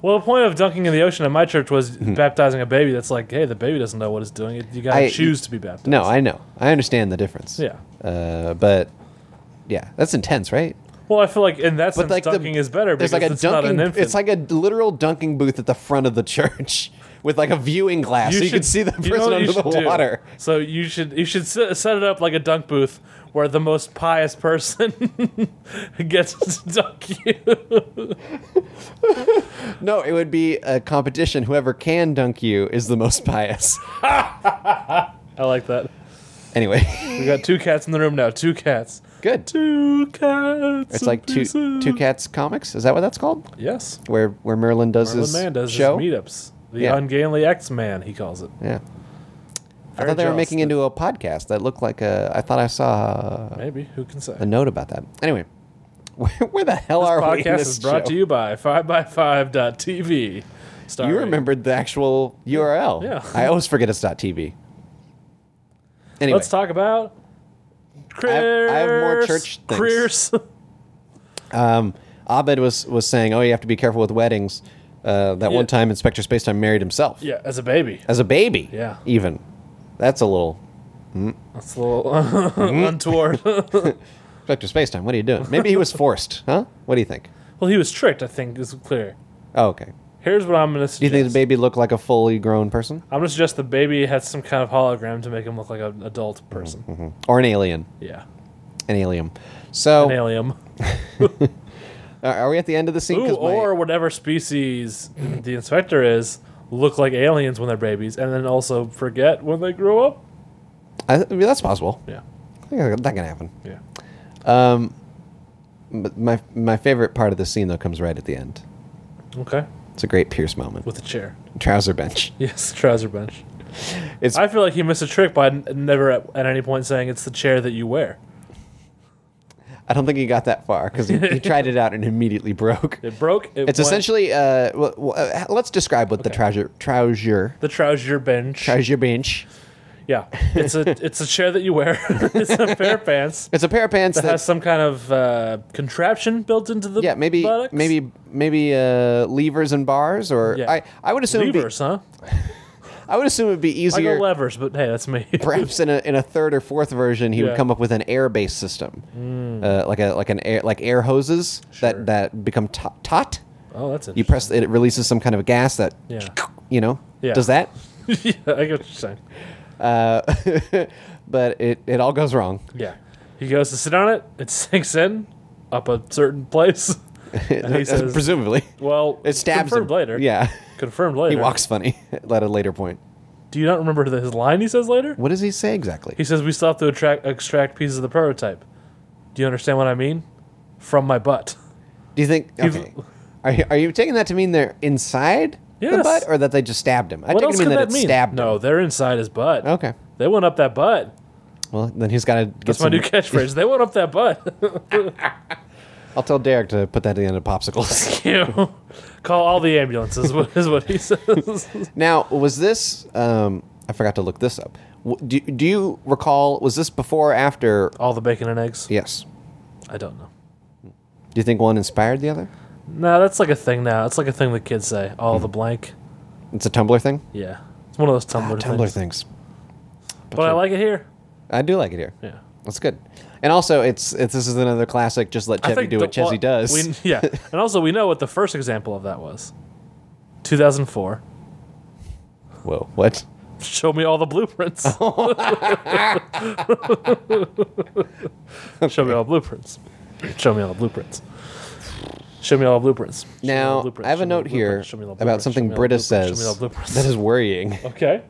Speaker 7: well, the point of dunking in the ocean at my church was baptizing a baby. That's like, hey, the baby doesn't know what it's doing. You gotta
Speaker 5: Hmm. I-
Speaker 7: choose to be baptized.
Speaker 5: no, I know. I understand the difference.
Speaker 7: Yeah.
Speaker 5: Uh, but yeah, that's intense, right?
Speaker 7: Well, I feel like in that sense,
Speaker 5: But like
Speaker 7: dunking
Speaker 5: the,
Speaker 7: is better
Speaker 5: there's
Speaker 7: because
Speaker 5: like a
Speaker 7: it's
Speaker 5: dunking.
Speaker 7: not an infant.
Speaker 5: It's like a literal dunking booth at the front of the church with like a viewing glass, so you can
Speaker 7: should-
Speaker 5: see the person
Speaker 7: you know what you
Speaker 5: under the
Speaker 7: should do?
Speaker 5: water.
Speaker 7: So you should you should se- set it up like a dunk booth where the most pious person gets to dunk you.
Speaker 5: No, it would be a competition. Whoever can dunk you is the most pious.
Speaker 7: I like that.
Speaker 5: Anyway,
Speaker 7: We got two cats in the room now. Two cats.
Speaker 5: good.
Speaker 7: Two cats.
Speaker 5: It's like two
Speaker 7: apiece.
Speaker 5: two cats comics. Is that what that's called?
Speaker 7: Yes.
Speaker 5: Where where Merlin does
Speaker 7: Merlin
Speaker 5: his
Speaker 7: Man does
Speaker 5: show?
Speaker 7: his meetups. The
Speaker 5: Yeah.
Speaker 7: ungainly X Man, he calls it.
Speaker 5: Yeah. I
Speaker 7: Very
Speaker 5: thought they were
Speaker 7: jealous
Speaker 5: making
Speaker 7: that-
Speaker 5: into a podcast that looked like a. I thought I saw
Speaker 7: Maybe who can say?
Speaker 5: a note about that. Anyway, where, where the hell are we? in
Speaker 7: Podcast
Speaker 5: this
Speaker 7: is brought
Speaker 5: show?
Speaker 7: to you by 5x5.tv.
Speaker 5: You
Speaker 7: starring-
Speaker 5: remembered the actual URL.
Speaker 7: Yeah.
Speaker 5: I always forget it's .tv. Anyway,
Speaker 7: Let's talk about.
Speaker 5: I have- I have more
Speaker 7: Chris-
Speaker 5: church things.
Speaker 7: Chris.
Speaker 5: Abed was was saying, "Oh, you have to be careful with weddings." Uh, that one
Speaker 7: Yeah.
Speaker 5: time, Inspector Spacetime married himself
Speaker 7: Yeah, as a baby.
Speaker 5: as a baby.
Speaker 7: Yeah.
Speaker 5: even that's a little
Speaker 7: That's a little untoward. well,
Speaker 5: Inspector Spacetime. What are you doing? Maybe he was forced, huh? What do you think?
Speaker 7: he was tricked, I think, is clear.
Speaker 5: Oh, okay.
Speaker 7: Here's what I'm going to
Speaker 5: Do you
Speaker 7: suggest.
Speaker 5: think the baby looked like a fully grown person
Speaker 7: I'm going to suggest the baby had some kind of hologram to make him look like an adult person.
Speaker 5: or an alien?
Speaker 7: Yeah.
Speaker 5: An alien. So,
Speaker 7: An alien.
Speaker 5: are- are we at the end of the scene?
Speaker 7: Ooh,
Speaker 5: 'Cause my-
Speaker 7: or whatever species the inspector is look like aliens when they're babies and then also forget when they grow up.
Speaker 5: I, I mean, that's possible.
Speaker 7: Yeah.
Speaker 5: I think that that can happen.
Speaker 7: Yeah.
Speaker 5: But my my favorite part of the scene though comes right at the end.
Speaker 7: Okay.
Speaker 5: It's a great Pierce moment.
Speaker 7: With a chair.
Speaker 5: Trouser bench.
Speaker 7: Yes, trouser bench.
Speaker 5: It's-
Speaker 7: I feel like he missed a trick by n- never at, at any point saying it's the chair that you wear.
Speaker 5: I don't think he got that far because he, he tried it out and immediately broke.
Speaker 7: It broke. It
Speaker 5: It's
Speaker 7: went-
Speaker 5: essentially uh, well, well, uh, let's describe what the
Speaker 7: Okay.
Speaker 5: trouser trouser
Speaker 7: the trouser bench.
Speaker 5: trouser bench.
Speaker 7: Yeah, it's a it's a chair that you wear. it's a pair of pants
Speaker 5: It's a pair of pants
Speaker 7: that
Speaker 5: that,
Speaker 7: has some kind of uh, contraption built into the
Speaker 5: yeah maybe
Speaker 7: buttocks.
Speaker 5: maybe maybe uh, levers and bars or
Speaker 7: Yeah.
Speaker 5: I I would assume it'd be-
Speaker 7: levers, huh?
Speaker 5: I would assume it'd be
Speaker 7: I go
Speaker 5: easier.
Speaker 7: levers, but hey, that's me.
Speaker 5: Perhaps in a, in a third or fourth version, he
Speaker 7: Yeah. Hmm.
Speaker 5: would come up with an air based system, uh, like a like an air like air hoses
Speaker 7: Sure.
Speaker 5: that that become to- taut.
Speaker 7: oh, that's it.
Speaker 5: You press it, it releases some kind of a gas that
Speaker 7: Yeah.
Speaker 5: you know
Speaker 7: Yeah.
Speaker 5: does that.
Speaker 7: yeah, I get what you're saying.
Speaker 5: but it, it all goes wrong.
Speaker 7: Yeah, he goes to sit on it. It sinks in up a certain place. And he says,
Speaker 5: Presumably,
Speaker 7: "Well,
Speaker 5: it stabs
Speaker 7: confirmed
Speaker 5: him
Speaker 7: later.
Speaker 5: Yeah,
Speaker 7: confirmed later.
Speaker 5: he walks funny at a later point.
Speaker 7: Do you not remember the, his line? He says later.
Speaker 5: What does he say exactly?
Speaker 7: He says we still have to attract, extract pieces of the prototype. Do you understand what I mean? From my butt.
Speaker 5: Do you think?
Speaker 7: He's-
Speaker 5: Okay, are you, are you taking that to mean they're inside the
Speaker 7: Yes.
Speaker 5: butt, or that they just stabbed him? I
Speaker 7: What
Speaker 5: take it
Speaker 7: else
Speaker 5: to mean
Speaker 7: could
Speaker 5: that,
Speaker 7: that
Speaker 5: it
Speaker 7: mean?
Speaker 5: stabbed
Speaker 7: no,
Speaker 5: him.
Speaker 7: they're inside his butt.
Speaker 5: Okay.
Speaker 7: They went up that butt.
Speaker 5: Well, then he's got to get
Speaker 7: That's my
Speaker 5: some.
Speaker 7: new catchphrase. they went up that butt.
Speaker 5: I'll tell Derek to put that at the end of popsicles.
Speaker 7: you call all the ambulances wha- is what he says.
Speaker 5: now, was this? Um, I forgot to look this up. W- Do, do you recall? Was this before or after?
Speaker 7: all the bacon and eggs.
Speaker 5: Yes.
Speaker 7: I don't know.
Speaker 5: Do you think one inspired the other?
Speaker 7: No, that's like a thing now. It's like a thing the kids say. All
Speaker 5: Hmm.
Speaker 7: the blank.
Speaker 5: It's a Tumblr thing.
Speaker 7: Yeah, it's one of those Tumblr,
Speaker 5: Tumblr
Speaker 7: things.
Speaker 5: things.
Speaker 7: But I like it here.
Speaker 5: I do like it here.
Speaker 7: Yeah.
Speaker 5: That's good. And also, it's, it's this is another classic. Just let
Speaker 7: I
Speaker 5: Chevy
Speaker 7: think
Speaker 5: do
Speaker 7: the-
Speaker 5: what Chevy
Speaker 7: well,
Speaker 5: does.
Speaker 7: we- yeah, and also we know what the first example of that was. 2004.
Speaker 5: Whoa, what?
Speaker 7: Show me all the blueprints. Show me all the blueprints. Show me all the blueprints. Show me all the blueprints. Show me all the
Speaker 5: Now
Speaker 7: blueprints.
Speaker 5: I have
Speaker 7: Show
Speaker 5: a
Speaker 7: me all
Speaker 5: note
Speaker 7: the
Speaker 5: here
Speaker 7: blueprints. Show me all the
Speaker 5: about
Speaker 7: blueprints. Show
Speaker 5: something
Speaker 7: me all the
Speaker 5: Britta
Speaker 7: blueprints. Show me all
Speaker 5: says
Speaker 7: the blueprints.
Speaker 5: that is worrying.
Speaker 7: okay.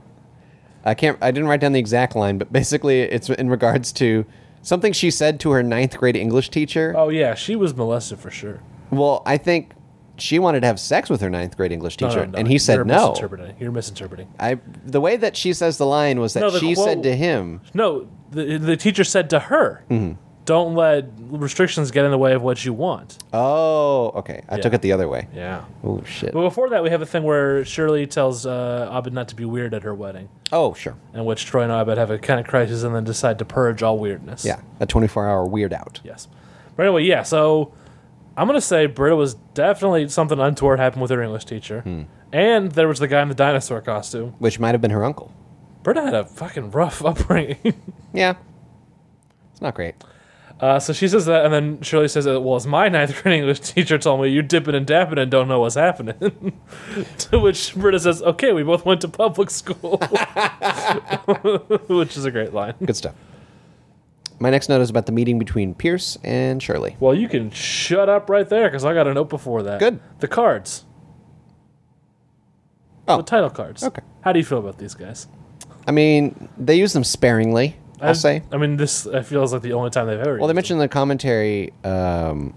Speaker 5: I can't. I didn't write down the exact line, but basically, it's in regards to something she said to her ninth grade English teacher.
Speaker 7: Oh yeah, she was molested for sure.
Speaker 5: Well, I think she wanted to have sex with her ninth grade English
Speaker 7: No, no,
Speaker 5: teacher,
Speaker 7: no,
Speaker 5: and he
Speaker 7: You're
Speaker 5: said no.
Speaker 7: Misinterpreting. You're misinterpreting.
Speaker 5: I the way that she says the line was that
Speaker 7: No, the
Speaker 5: she said
Speaker 7: quote-
Speaker 5: to him,
Speaker 7: No, the, the teacher said to her,
Speaker 5: Mm-hmm.
Speaker 7: "Don't let restrictions get in the way of what you want."
Speaker 5: "Oh, okay." I took it the other way.
Speaker 7: Yeah.
Speaker 5: Oh shit.
Speaker 7: But before that, we have a thing where Shirley tells uh, Abed not to be weird at her wedding,
Speaker 5: Oh sure.
Speaker 7: in which Troy and Abed have a kind of crisis and then decide to purge all weirdness.
Speaker 5: Yeah, a twenty-four hour weird out.
Speaker 7: Yes. But anyway, yeah, so I'm going to say Britta was definitely something untoward happened with her English teacher.
Speaker 5: Hmm.
Speaker 7: And there was the guy in the dinosaur costume.
Speaker 5: which might have been her uncle.
Speaker 7: Britta had a fucking rough upbringing.
Speaker 5: Yeah, it's not great.
Speaker 7: Uh, so she says that, and then Shirley says, uh, "Well, as my ninth grade English teacher told me, you dipping and dapping and don't know what's happening." to which Britta says, "Okay, we both went to public school," which is a great line.
Speaker 5: Good stuff. My next note is about the meeting between Pierce and Shirley.
Speaker 7: Well, you can shut up right there because I got a note before that.
Speaker 5: Good.
Speaker 7: The cards.
Speaker 5: Oh.
Speaker 7: The title cards.
Speaker 5: Okay.
Speaker 7: How do you feel about these guys?
Speaker 5: I mean, they use them sparingly, I'll
Speaker 7: I-
Speaker 5: say.
Speaker 7: I mean, this uh, feels like the only time they've ever.
Speaker 5: Well, they
Speaker 7: used
Speaker 5: mentioned in the commentary um,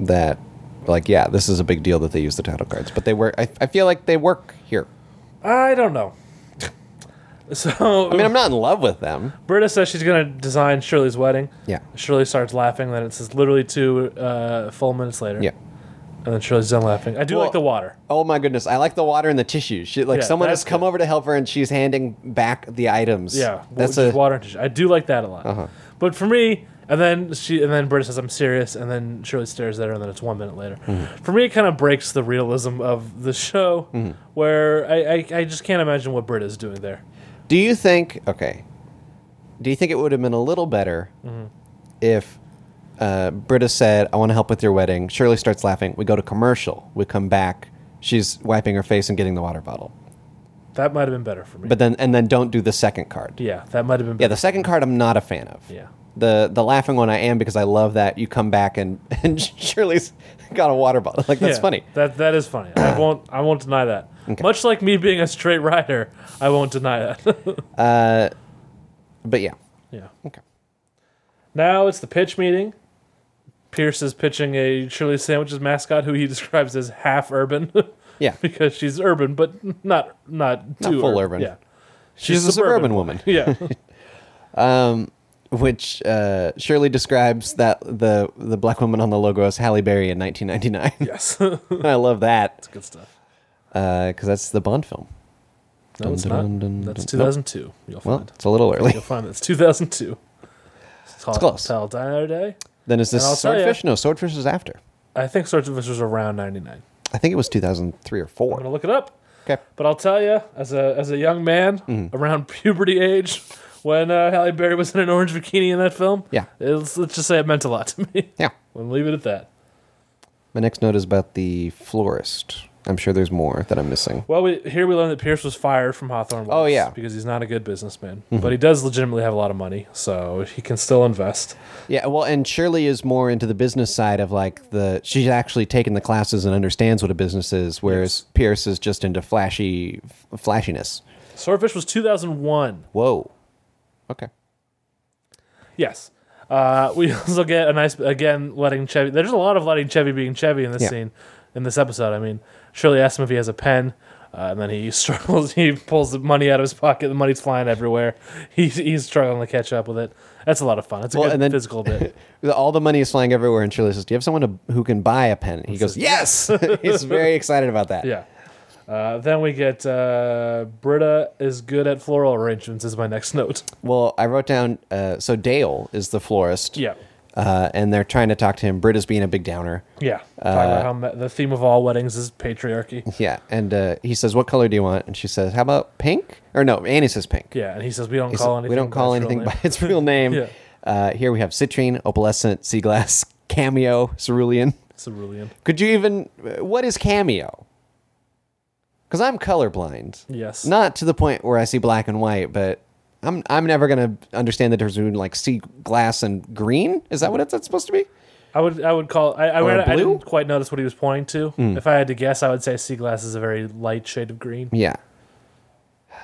Speaker 5: that, like, yeah, this is a big deal that they use the title cards, but they work. I, I feel like they work here.
Speaker 7: it. I don't know. So
Speaker 5: I mean, I'm not in love with them.
Speaker 7: Britta says she's gonna design Shirley's wedding.
Speaker 5: Yeah.
Speaker 7: Shirley starts laughing. Then it says literally two uh, full minutes later.
Speaker 5: Yeah.
Speaker 7: And then Shirley's done laughing. I do
Speaker 5: Well-
Speaker 7: like the water.
Speaker 5: Oh my goodness! I like the water and the tissues. She, like
Speaker 7: Yeah,
Speaker 5: someone
Speaker 7: that's
Speaker 5: has come
Speaker 7: good.
Speaker 5: over to help her, and she's handing back the items.
Speaker 7: Yeah.
Speaker 5: that's
Speaker 7: just
Speaker 5: a Uh-huh.
Speaker 7: water and tissue. I do like that a lot. But for me, and then she and then Britta says I'm serious, and then Shirley stares at her, and then it's one minute later.
Speaker 5: Mm-hmm.
Speaker 7: For me, it kind of breaks the realism of the show, where I, I I just can't imagine what Britta's doing there.
Speaker 5: Do you think okay? Do you think it would have been a little better
Speaker 7: Mm-hmm.
Speaker 5: if uh, Britta said, "I want to help with your wedding"? Shirley starts laughing. We go to commercial. We come back. She's wiping her face and getting the water bottle.
Speaker 7: That might have been better for me.
Speaker 5: But then and then don't do the second card.
Speaker 7: yeah, that might have been
Speaker 5: Yeah,
Speaker 7: better.
Speaker 5: the second card I'm not a fan of.
Speaker 7: Yeah.
Speaker 5: The the laughing one I am because I love that you come back and and Shirley's got a water bottle. Like that's
Speaker 7: Yeah,
Speaker 5: funny.
Speaker 7: That that is funny. I won't I won't deny that. Much like me being a straight rider, I won't deny that.
Speaker 5: But yeah.
Speaker 7: yeah.
Speaker 5: Okay.
Speaker 7: Now it's the pitch meeting. Pierce is pitching a Shirley Sandwiches mascot who he describes as half urban.
Speaker 5: Yeah.
Speaker 7: because she's urban, but not not too
Speaker 5: full
Speaker 7: ur-
Speaker 5: urban.
Speaker 7: Yeah.
Speaker 5: She's, a suburban woman.
Speaker 7: Yeah.
Speaker 5: which uh, Shirley describes that the the black woman on the logo as Halle Berry in 1999.
Speaker 7: yes. Good
Speaker 5: I love that
Speaker 7: stuff.
Speaker 5: because that's the Bond film.
Speaker 7: No, it's
Speaker 5: Dun,
Speaker 7: not.
Speaker 5: dun, dun,
Speaker 7: That's
Speaker 5: dun. Nope.
Speaker 7: 2002. You'll
Speaker 5: Well,
Speaker 7: find.
Speaker 5: it's a little early.
Speaker 7: You'll find it's 2002. It's called
Speaker 5: close.
Speaker 7: Tell Diner Day.
Speaker 5: Then is this
Speaker 7: And I'll tell ya-
Speaker 5: Swordfish? No, Swordfish is after.
Speaker 7: I think Swords of Fish was around 99.
Speaker 5: I think it was 2003 or
Speaker 7: I'm
Speaker 5: four.
Speaker 7: gonna look it up.
Speaker 5: Okay.
Speaker 7: But I'll tell you, as a as a young man
Speaker 5: Mm-hmm.
Speaker 7: around puberty age, when uh, Halle Berry was in an orange bikini in that film,
Speaker 5: Yeah.
Speaker 7: it- let's, let's just say it meant a lot to me.
Speaker 5: Yeah.
Speaker 7: We'll leave it at that.
Speaker 5: My next note is about the florist. I'm sure there's more that I'm missing.
Speaker 7: Well, we, here we learn that Pierce was fired from Hawthorne.
Speaker 5: Oh,
Speaker 7: Wells
Speaker 5: yeah. Mm-hmm.
Speaker 7: because he's not a good businessman, but he does legitimately have a lot of money, so he can still invest.
Speaker 5: Yeah, well, and Shirley is more into the business side of like the she's actually taken the classes and understands what a business is, whereas Pierce is just into flashy f- flashiness.
Speaker 7: Swordfish was 2001.
Speaker 5: Whoa. Okay.
Speaker 7: Yes. Uh, we also get a nice again letting Chevy. There's a lot of letting Chevy being Chevy in this
Speaker 5: Yeah.
Speaker 7: scene, in this episode. I mean, Shirley asks him if he has a pen, uh, and then he struggles. He pulls the money out of his pocket. The money's flying everywhere. He's he's struggling to catch up with it. That's a lot of fun. It's a
Speaker 5: Well,
Speaker 7: good
Speaker 5: and then-
Speaker 7: physical bit.
Speaker 5: The- All the money is flying everywhere, and Shirley says, "Do you have someone to, who can buy a pen?" He goes, "Yes." He's very excited about that.
Speaker 7: Yeah. Uh, then we get uh, Britta is good at floral arrangements. Is my next note.
Speaker 5: Well, I wrote down. Uh, so Dale is the florist.
Speaker 7: Yeah.
Speaker 5: Uh, and they're trying to talk to him. Britta's being a big downer.
Speaker 7: Yeah. Talking
Speaker 5: Uh,
Speaker 7: about how ma- the theme of all weddings is patriarchy.
Speaker 5: Yeah. And uh, he says, "What color do you want?" And she says, "How about pink?" Or no, Annie says pink.
Speaker 7: Yeah, and he says we don't
Speaker 5: He said,
Speaker 7: call anything.
Speaker 5: we don't call
Speaker 7: its real
Speaker 5: anything
Speaker 7: name."
Speaker 5: by its real name.
Speaker 7: Yeah.
Speaker 5: uh, here we have citrine, opalescent, sea glass, cameo, cerulean.
Speaker 7: Cerulean.
Speaker 5: Could you even? uh, What is cameo? Because I'm colorblind.
Speaker 7: Yes.
Speaker 5: Not to the point where I see black and white, but I'm I'm never gonna understand the difference between like sea glass and green. Is that what it's that's supposed to be?
Speaker 7: I would I would call I I,
Speaker 5: Or
Speaker 7: read,
Speaker 5: blue?
Speaker 7: I
Speaker 5: Hmm.
Speaker 7: didn't quite notice what he was pointing to. If I had to guess, I would say sea glass is a very light shade of green.
Speaker 5: Yeah.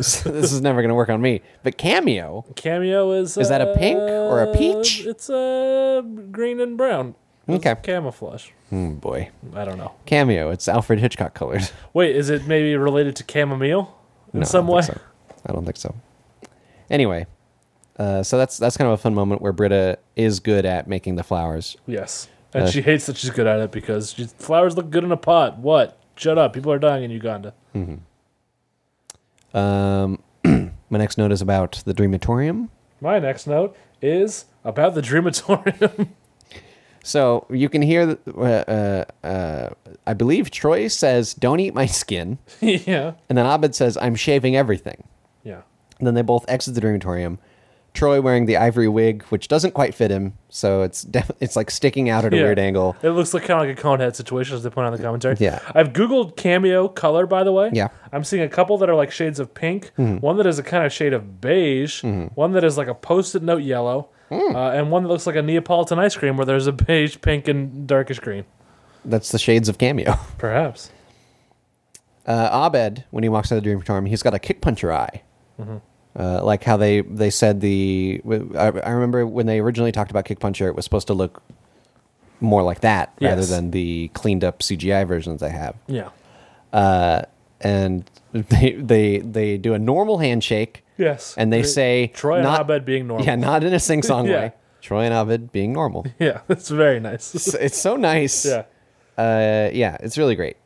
Speaker 5: So this is never gonna work on me. But cameo,
Speaker 7: Cameo is uh,
Speaker 5: Is that a pink or a peach?
Speaker 7: It's a green and brown. It's
Speaker 5: Okay.
Speaker 7: camouflage.
Speaker 5: oh boy,
Speaker 7: I don't know.
Speaker 5: cameo. It's Alfred Hitchcock colored.
Speaker 7: Wait, is it maybe related to chamomile in
Speaker 5: No,
Speaker 7: some
Speaker 5: I
Speaker 7: way?
Speaker 5: don't think so. I don't think so. Anyway, uh, so that's that's kind of a fun moment where Britta is good at making the flowers.
Speaker 7: Yes,
Speaker 5: Uh,
Speaker 7: and she hates that she's good at it because she, flowers look good in a pot. What? Shut up! People are dying in Uganda.
Speaker 5: Um, my next note is about the Dreamatorium.
Speaker 7: My next note is about the Dreamatorium.
Speaker 5: So you can hear, th- uh, uh, uh, I believe Troy says, "Don't eat my skin,"
Speaker 7: yeah,
Speaker 5: and then Abed says, "I'm shaving everything."
Speaker 7: yeah.
Speaker 5: And then they both exit the Dreamatorium. Troy wearing the ivory wig, which doesn't quite fit him, so it's def- it's like sticking out at a
Speaker 7: Yeah.
Speaker 5: weird angle.
Speaker 7: It looks like kind of like a cone head situation, as they point out in the commentary.
Speaker 5: Yeah.
Speaker 7: I've Googled cameo color, by the way.
Speaker 5: Yeah. Mm-hmm.
Speaker 7: I'm seeing a couple that are like shades of pink, one that is a kind of shade of beige, one that is like a post it note yellow,
Speaker 5: Mm.
Speaker 7: uh, and one that looks like a Neapolitan ice cream where there's a beige, pink, and darkish green.
Speaker 5: That's the shades of cameo.
Speaker 7: Perhaps.
Speaker 5: Uh, Abed, when he walks out of the Dream Storm, he's got a kick puncher eye.
Speaker 7: Mm-hmm.
Speaker 5: Uh, like how they, they said the. I, I remember when they originally talked about kick puncher, it was supposed to look more like that rather
Speaker 7: Yes.
Speaker 5: than the cleaned up CGI versions they have.
Speaker 7: Yeah.
Speaker 5: And they they they do a normal handshake.
Speaker 7: Yes.
Speaker 5: And they say
Speaker 7: Troy and
Speaker 5: not-
Speaker 7: Abed being normal.
Speaker 5: Yeah, not in a sing song
Speaker 7: Yeah.
Speaker 5: way. Troy and Abed being normal.
Speaker 7: Yeah, it's very nice.
Speaker 5: It's, it's so nice.
Speaker 7: yeah.
Speaker 5: Uh, yeah, it's really great.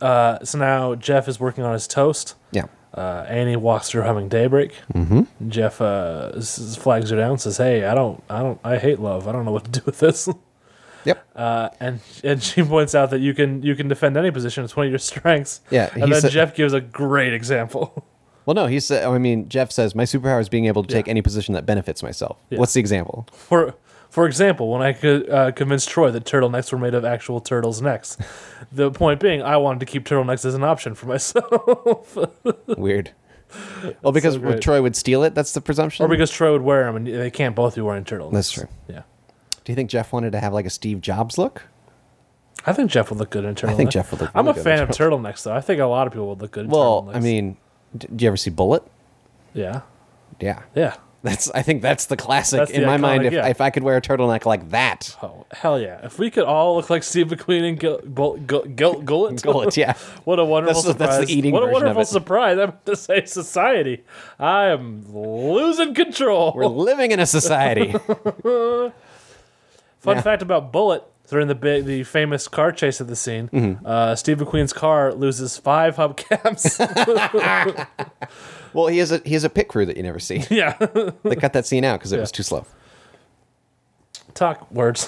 Speaker 7: So now Jeff is working on his toast.
Speaker 5: Yeah.
Speaker 7: Uh, Annie walks through humming daybreak. Mm-hmm. Jeff uh, s- s- flags her down, and says, "Hey, I don't, I don't, I hate love. I don't know what to do with this."
Speaker 5: Yep.
Speaker 7: Uh, and and she points out that you can you can defend any position. It's one of your strengths.
Speaker 5: Yeah,
Speaker 7: And
Speaker 5: he
Speaker 7: then
Speaker 5: said-
Speaker 7: Jeff gives a great example.
Speaker 5: Well, no, he said. I mean, Jeff says my superpower is being able to take any position that benefits myself. What's the example?
Speaker 7: For for example, when I could, uh, convinced Troy that turtlenecks were made of actual turtles' necks, the point being, I wanted to keep turtlenecks as an option for myself,
Speaker 5: Weird. Well, because
Speaker 7: great.
Speaker 5: Troy would steal it. That's the presumption.
Speaker 7: or because Troy would wear them, and they can't both be wearing turtlenecks.
Speaker 5: That's true.
Speaker 7: Yeah.
Speaker 5: Do you think Jeff wanted to have like a Steve Jobs look?
Speaker 7: I think Jeff would look good in turtlenecks.
Speaker 5: think Jeff would look
Speaker 7: I'm
Speaker 5: really
Speaker 7: a
Speaker 5: good in
Speaker 7: fan of turtlenecks, though. I think a lot of people would look good. in
Speaker 5: Well,
Speaker 7: turtlenecks.
Speaker 5: I mean, d- do you ever see Bullet?
Speaker 7: yeah,
Speaker 5: Yeah.
Speaker 7: yeah.
Speaker 5: That's. I think that's the classic
Speaker 7: That's the
Speaker 5: in my mind.
Speaker 7: iconic,
Speaker 5: If,
Speaker 7: yeah.
Speaker 5: if I could wear a turtleneck like that,
Speaker 7: Oh hell yeah! If we could all look like Steve McQueen and Gil- Bul- Gul- Gil- Gullet,
Speaker 5: Gullet, yeah.
Speaker 7: what a wonderful
Speaker 5: That's the- that's
Speaker 7: surprise!
Speaker 5: the eating
Speaker 7: what a
Speaker 5: version of
Speaker 7: wonderful
Speaker 5: it.
Speaker 7: surprise! I'm to say society. I am losing control.
Speaker 5: we're living in a society.
Speaker 7: Fun
Speaker 5: Yeah.
Speaker 7: fact about Bullet during the big, the famous car chase of the scene, uh, Steve McQueen's car loses five hubcaps.
Speaker 5: well, he has a he has a pit crew that you never see.
Speaker 7: yeah,
Speaker 5: They cut that scene out because it was too slow.
Speaker 7: talk words.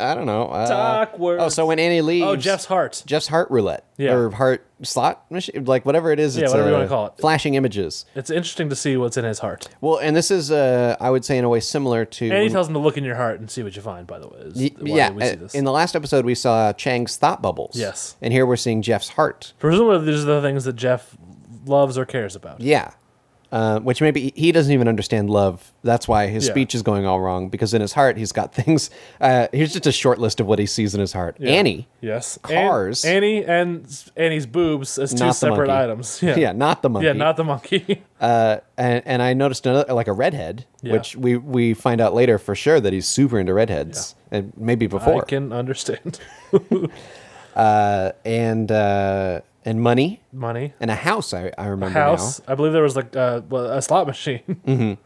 Speaker 5: I don't know. Uh,
Speaker 7: Talk
Speaker 5: Oh,
Speaker 7: words.
Speaker 5: so when Annie leaves,
Speaker 7: Oh, Jeff's heart.
Speaker 5: Jeff's heart roulette
Speaker 7: Yeah.
Speaker 5: or heart slot machine, like whatever it is.
Speaker 7: Yeah,
Speaker 5: it's
Speaker 7: whatever you
Speaker 5: uh,
Speaker 7: wanna call it.
Speaker 5: Flashing images.
Speaker 7: It's interesting to see what's in his heart.
Speaker 5: Well, and this is, uh, I would say, in a way similar to.
Speaker 7: And he tells him to look in your heart and see what you find. By the way, is
Speaker 5: Y-
Speaker 7: why
Speaker 5: yeah,
Speaker 7: we see
Speaker 5: uh,
Speaker 7: this.
Speaker 5: in the last episode we saw Chang's thought bubbles.
Speaker 7: Yes.
Speaker 5: and here we're seeing Jeff's heart.
Speaker 7: Presumably, these are the things that Jeff loves or cares about.
Speaker 5: Yeah, uh, which maybe he doesn't even understand love. That's why his
Speaker 7: Yeah.
Speaker 5: speech is going all wrong because in his heart he's got things. Uh, here's just a short list of what he sees in his heart. Annie,
Speaker 7: Yes.
Speaker 5: Cars.
Speaker 7: An- Annie and s- Annie's boobs as two
Speaker 5: Not the
Speaker 7: separate
Speaker 5: monkey.
Speaker 7: items. Yeah.
Speaker 5: yeah, not the monkey.
Speaker 7: Yeah, not the monkey.
Speaker 5: Uh, and, and I noticed another like a redhead,
Speaker 7: Yeah.
Speaker 5: which we we find out later for sure that he's super into redheads, and maybe
Speaker 7: I
Speaker 5: before
Speaker 7: can understand.
Speaker 5: and uh, and money
Speaker 7: Money.
Speaker 5: and a house. I, I remember
Speaker 7: House.
Speaker 5: now.
Speaker 7: I believe there was like uh, well, a slot machine.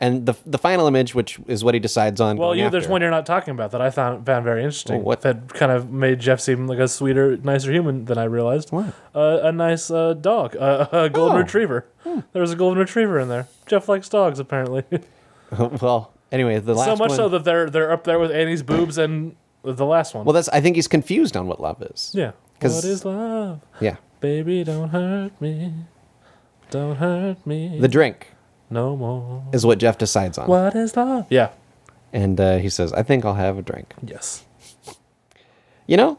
Speaker 5: And the the final image, which is what he decides on.
Speaker 7: well,
Speaker 5: going
Speaker 7: you, there's
Speaker 5: after.
Speaker 7: one you're not talking about that I found found very interesting.
Speaker 5: Well, what-
Speaker 7: that kind of made Jeff seem like a sweeter, nicer human than I realized.
Speaker 5: What?
Speaker 7: Uh, a nice uh, dog, uh, a golden
Speaker 5: Oh.
Speaker 7: retriever. There was a golden retriever in there. Jeff likes dogs apparently.
Speaker 5: well, anyway, the last
Speaker 7: so much
Speaker 5: one-
Speaker 7: so that they're they're up there with Annie's boobs and the last one.
Speaker 5: well, that's I think he's confused on what love is.
Speaker 7: yeah.
Speaker 5: 'cause-
Speaker 7: What is love?
Speaker 5: yeah.
Speaker 7: Baby, don't hurt me. Don't hurt me
Speaker 5: The drink
Speaker 7: no more.
Speaker 5: is what Jeff decides on,
Speaker 7: What is love? Yeah.
Speaker 5: and uh, he says, "I think I'll have a drink."
Speaker 7: Yes.
Speaker 5: You know,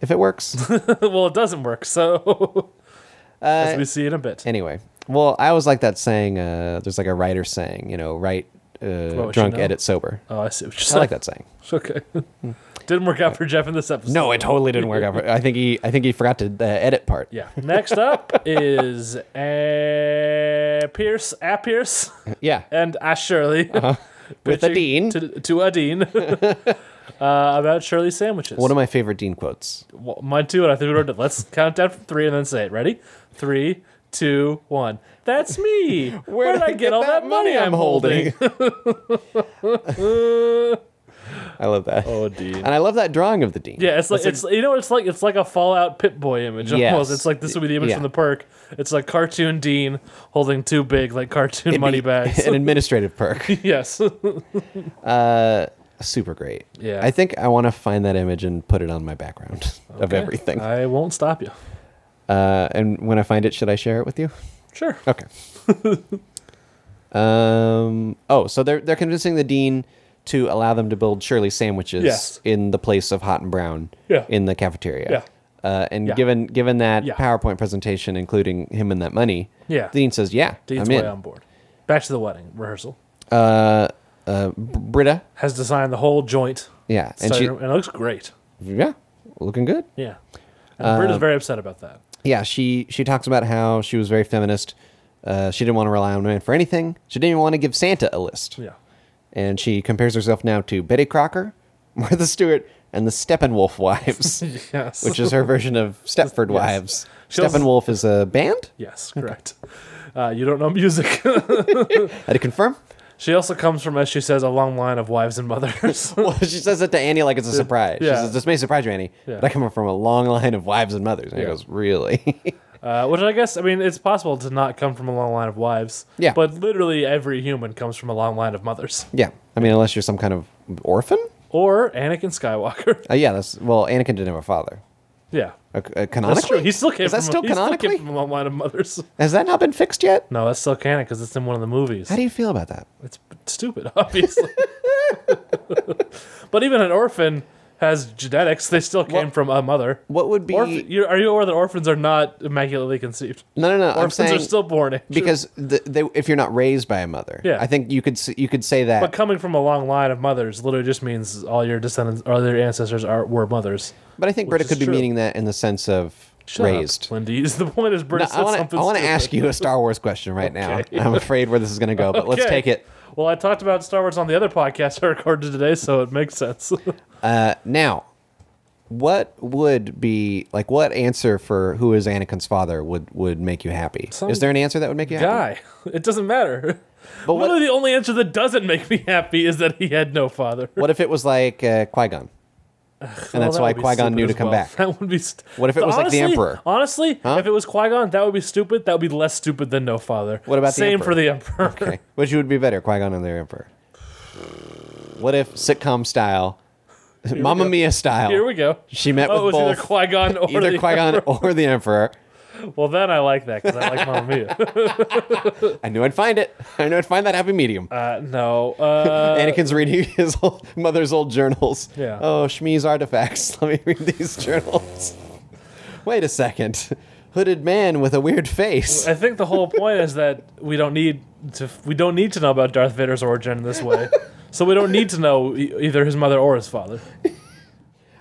Speaker 5: if it works.
Speaker 7: well, it doesn't work, so. As
Speaker 5: Uh,
Speaker 7: we see in a bit.
Speaker 5: anyway, well, I always like that saying. Uh, there's like a writer saying, you know, write uh,
Speaker 7: would she
Speaker 5: drunk,
Speaker 7: know?
Speaker 5: edit sober.
Speaker 7: Oh, I see what you're
Speaker 5: I
Speaker 7: saying.
Speaker 5: like that saying.
Speaker 7: Okay. Didn't work out for Jeff in this episode.
Speaker 5: No, it totally didn't work out. for- I think he, I think he forgot to uh, edit part.
Speaker 7: Yeah. Next up is uh, Pierce, A Pierce,
Speaker 5: yeah.
Speaker 7: and A Shirley.
Speaker 5: With a
Speaker 7: Bitching
Speaker 5: dean.
Speaker 7: To, to a Dean. uh, about Shirley sandwiches.
Speaker 5: One of my favorite Dean quotes.
Speaker 7: Well, mine too, and I think we wrote it. Let's count down from three and then say it. Ready? Three, two, one. That's me. Where, did I get, all that money I'm holding?
Speaker 5: I love that.
Speaker 7: oh, Dean.
Speaker 5: And I love that drawing of the dean.
Speaker 7: Yeah, it's like it's you know what it's like it's like a Fallout Pit Boy image
Speaker 5: Yes.
Speaker 7: almost. It's like this would be the image
Speaker 5: Yeah.
Speaker 7: from the perk. It's like cartoon Dean holding two big like cartoon
Speaker 5: It'd
Speaker 7: money
Speaker 5: be
Speaker 7: bags.
Speaker 5: An administrative perk.
Speaker 7: yes,
Speaker 5: Super great.
Speaker 7: Yeah.
Speaker 5: I think I want to find that image and put it on my background of everything.
Speaker 7: I won't stop you.
Speaker 5: Uh, and when I find it, should I share it with you?
Speaker 7: Sure.
Speaker 5: Okay. Um, oh, so they're they're convincing the dean to allow them to build Shirley sandwiches
Speaker 7: Yes.
Speaker 5: in the place of hot and brown
Speaker 7: Yeah.
Speaker 5: in the cafeteria.
Speaker 7: Yeah.
Speaker 5: Uh, and
Speaker 7: Yeah.
Speaker 5: given given that
Speaker 7: Yeah.
Speaker 5: PowerPoint presentation, including him and that money,
Speaker 7: Yeah.
Speaker 5: the dean says, "Yeah,
Speaker 7: Dean's
Speaker 5: I'm in."
Speaker 7: way on board. Back to the wedding rehearsal.
Speaker 5: Britta,
Speaker 7: Has designed the whole joint.
Speaker 5: yeah, and
Speaker 7: So-
Speaker 5: she,
Speaker 7: and it looks great.
Speaker 5: yeah, looking good.
Speaker 7: Yeah. And
Speaker 5: Um,
Speaker 7: Britta's very upset about that.
Speaker 5: yeah, she she talks about how she was very feminist. Uh, she didn't want to rely on men for anything. She didn't even want to give Santa a list.
Speaker 7: Yeah.
Speaker 5: And she compares herself now to Betty Crocker, Martha Stewart, and the Steppenwolf Wives,
Speaker 7: Yes.
Speaker 5: which is her version of Stepford
Speaker 7: Yes.
Speaker 5: Wives.
Speaker 7: She also-
Speaker 5: Steppenwolf is a band.
Speaker 7: Yes, correct. Uh, you don't know music.
Speaker 5: I to confirm.
Speaker 7: she also comes from, as she says, a long line of wives and mothers.
Speaker 5: Well, she says it to Annie like it's a surprise. She
Speaker 7: yeah.
Speaker 5: says, "This may surprise you, Annie,
Speaker 7: Yeah.
Speaker 5: but I come from a long line of wives and mothers." And he
Speaker 7: Yeah.
Speaker 5: goes, "Really?"
Speaker 7: Uh, which I guess, I mean, it's possible to not come from a long line of wives.
Speaker 5: Yeah.
Speaker 7: But literally every human comes from a long line of mothers.
Speaker 5: yeah. I mean, unless you're some kind of orphan.
Speaker 7: Or Anakin Skywalker.
Speaker 5: Uh, yeah. That's well. Anakin didn't have a father.
Speaker 7: Yeah.
Speaker 5: Uh, uh, canonically,
Speaker 7: That's true. He still came
Speaker 5: Is
Speaker 7: from,
Speaker 5: that still
Speaker 7: he still
Speaker 5: canonically?
Speaker 7: came from a long line of mothers.
Speaker 5: Has that not been fixed yet?
Speaker 7: No, that's still canon because it's in one of the movies.
Speaker 5: How do you feel about that?
Speaker 7: it's stupid, obviously. but even an orphan has genetics. They still came
Speaker 5: Well,
Speaker 7: from a mother.
Speaker 5: What would be
Speaker 7: Orph- you are you aware that orphans are not immaculately conceived?
Speaker 5: no, no, no? I'm
Speaker 7: Orphans
Speaker 5: saying
Speaker 7: are still born. in-
Speaker 5: because the, they, if you're not raised by a mother,
Speaker 7: Yeah.
Speaker 5: I think you could s- you could say that.
Speaker 7: But coming from a long line of mothers literally just means all your descendants or your ancestors are were mothers.
Speaker 5: but I think
Speaker 7: which
Speaker 5: Britta
Speaker 7: is
Speaker 5: could be
Speaker 7: true.
Speaker 5: meaning that in the sense of
Speaker 7: Shut up,
Speaker 5: raised.
Speaker 7: Lindy's. The point is,
Speaker 5: No,
Speaker 7: British.
Speaker 5: I want to I want to ask you a Star Wars question right now. I'm afraid where this is going to go, but let's take it
Speaker 7: Well, I talked about Star Wars on the other podcast I recorded today, so it makes sense.
Speaker 5: now. What would be like? What answer for who is Anakin's father would would make you happy?
Speaker 7: Some
Speaker 5: is there an answer that would make you happy?
Speaker 7: Guy, it doesn't matter.
Speaker 5: But what-
Speaker 7: Literally, the only answer that doesn't make me happy is that he had no father.
Speaker 5: What if it was like uh, Qui Gon, and that's why
Speaker 7: Well, that would be
Speaker 5: Qui Gon
Speaker 7: stupid
Speaker 5: knew
Speaker 7: as
Speaker 5: to come
Speaker 7: well.
Speaker 5: back?
Speaker 7: That would be. St-
Speaker 5: What if it was like the
Speaker 7: honestly-
Speaker 5: Emperor?
Speaker 7: Honestly,
Speaker 5: Huh?
Speaker 7: if it was Qui Gon, that would be stupid. That would be less stupid than no father.
Speaker 5: What about the
Speaker 7: same
Speaker 5: Emperor?
Speaker 7: for the Emperor?
Speaker 5: Okay. Which would be better, Qui Gon or the Emperor? What if sitcom style, Mamma Mia style?
Speaker 7: Here we go.
Speaker 5: Oh. She met
Speaker 7: Oh,
Speaker 5: with
Speaker 7: it was
Speaker 5: both
Speaker 7: either Qui Gon or
Speaker 5: either
Speaker 7: the
Speaker 5: Qui Gon
Speaker 7: Emperor.
Speaker 5: or the Emperor.
Speaker 7: Well, then I like that because I like Mamma Mia.
Speaker 5: I knew I'd find it. I knew I'd find that happy medium.
Speaker 7: Uh, no, uh,
Speaker 5: Anakin's reading his old, mother's old journals.
Speaker 7: Yeah.
Speaker 5: Oh, Shmi's artifacts. Let me read these journals. Wait a second. Hooded man with a weird face.
Speaker 7: I think the whole point is that we don't need to we don't need to know about Darth Vader's origin in this way. So we don't need to know e- either his mother or his father.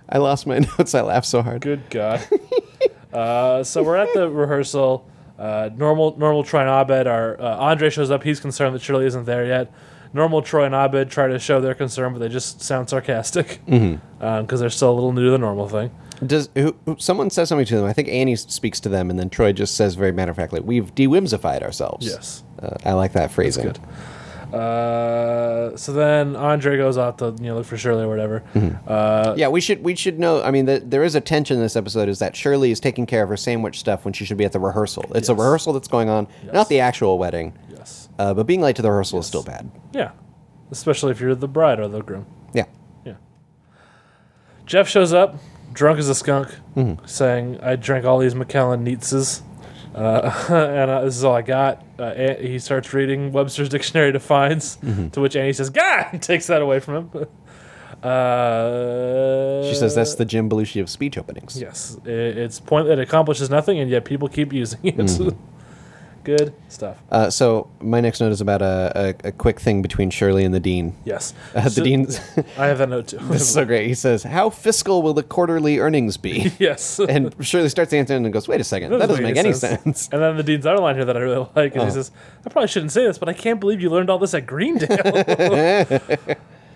Speaker 5: I lost my notes. I laughed so hard.
Speaker 7: Good God. Uh, so we're at the rehearsal. Uh, normal, normal Troy and Abed are. Uh, Andre shows up. He's concerned that Shirley isn't there yet. Normal Troy and Abed try to show their concern, but they just sound sarcastic because
Speaker 5: Mm-hmm.
Speaker 7: they're still a little new to the normal thing.
Speaker 5: Does who, who- someone says something to them? I think Annie s- speaks to them, and then Troy just says, very matter of factly, "We've de-whimsified ourselves."
Speaker 7: Yes.
Speaker 5: uh, I like that phrasing.
Speaker 7: Uh, so then Andre goes out to you know look for Shirley or whatever.
Speaker 5: Mm-hmm.
Speaker 7: Uh,
Speaker 5: yeah, we should we should know. I mean, the, there is a tension in this episode. Is that Shirley is taking care of her sandwich stuff when she should be at the rehearsal? It's a
Speaker 7: Yes.
Speaker 5: rehearsal that's going on, not the actual wedding.
Speaker 7: Yes.
Speaker 5: Uh, but being late to the rehearsal is still bad.
Speaker 7: Yeah. Especially if you're the bride or the groom.
Speaker 5: Yeah.
Speaker 7: Jeff shows up, drunk as a skunk,
Speaker 5: Mm-hmm.
Speaker 7: saying, "I drank all these McKellen Nietzsche's, uh, and uh, this is all I got." Uh, A- he starts reading Webster's Dictionary defines,
Speaker 5: Mm-hmm.
Speaker 7: to which Annie says, "God," and takes that away from him. Uh,
Speaker 5: She says that's the Jim Belushi of speech openings.
Speaker 7: yes. I- it's point that accomplishes nothing, and yet people keep using it.
Speaker 5: Mm-hmm.
Speaker 7: Good stuff.
Speaker 5: Uh, so my next note is about a, a, a quick thing between Shirley and the dean.
Speaker 7: yes.
Speaker 5: Uh, the
Speaker 7: So-
Speaker 5: dean's.
Speaker 7: I have that note too.
Speaker 5: this is so great. He says, "How fiscal will the quarterly earnings be?"
Speaker 7: yes.
Speaker 5: And Shirley starts answering and goes, "Wait a second, that doesn't make any sense." Oh.
Speaker 7: And then the dean's other line here that I really like is he says, "I probably shouldn't say this, but I can't believe you learned all this at Greendale."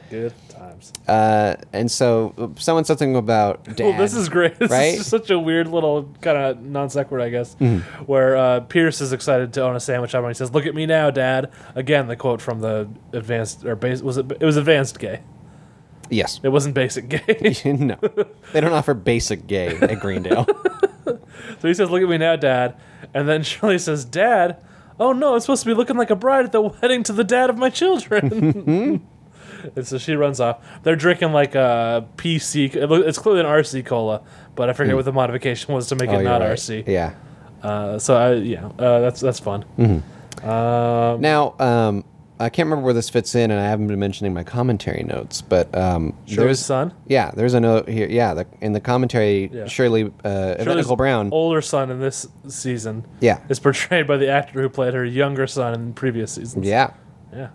Speaker 7: Good times.
Speaker 5: Uh, and so uh, someone said something about dad.
Speaker 7: Well, this is great. This
Speaker 5: right?
Speaker 7: is just such a weird little kind of non sequitur, I guess,
Speaker 5: Mm-hmm.
Speaker 7: where uh, Pierce is excited to own a sandwich shop and he says, "Look at me now, Dad." Again, the quote from the advanced or base was it? It was advanced gay.
Speaker 5: yes.
Speaker 7: It wasn't basic gay.
Speaker 5: no, they don't offer basic gay at Greendale.
Speaker 7: so he says, "Look at me now, Dad," and then Shirley says, "Dad." Oh no! It's supposed to be looking like a bride at the wedding to the dad of my children. And so she runs off. They're drinking like a PC. it loo- It's clearly an RC cola, but I forget what the modification was to make
Speaker 5: Oh,
Speaker 7: it
Speaker 5: you're
Speaker 7: not
Speaker 5: right.
Speaker 7: RC.
Speaker 5: Yeah. Mm-hmm.
Speaker 7: Uh, so I, yeah, uh, that's that's fun.
Speaker 5: Now, um, I can't remember where this fits in, and I haven't been mentioning my commentary notes, but um,
Speaker 7: Shirley's son?
Speaker 5: Yeah, there's a note here. Yeah, the, in the commentary,
Speaker 7: Yeah.
Speaker 5: Shirley uh,
Speaker 7: Shirley's
Speaker 5: Evanical Brown.
Speaker 7: older son in this season,
Speaker 5: Yeah.
Speaker 7: is portrayed by the actor who played her younger son in previous seasons.
Speaker 5: Yeah,
Speaker 7: yeah,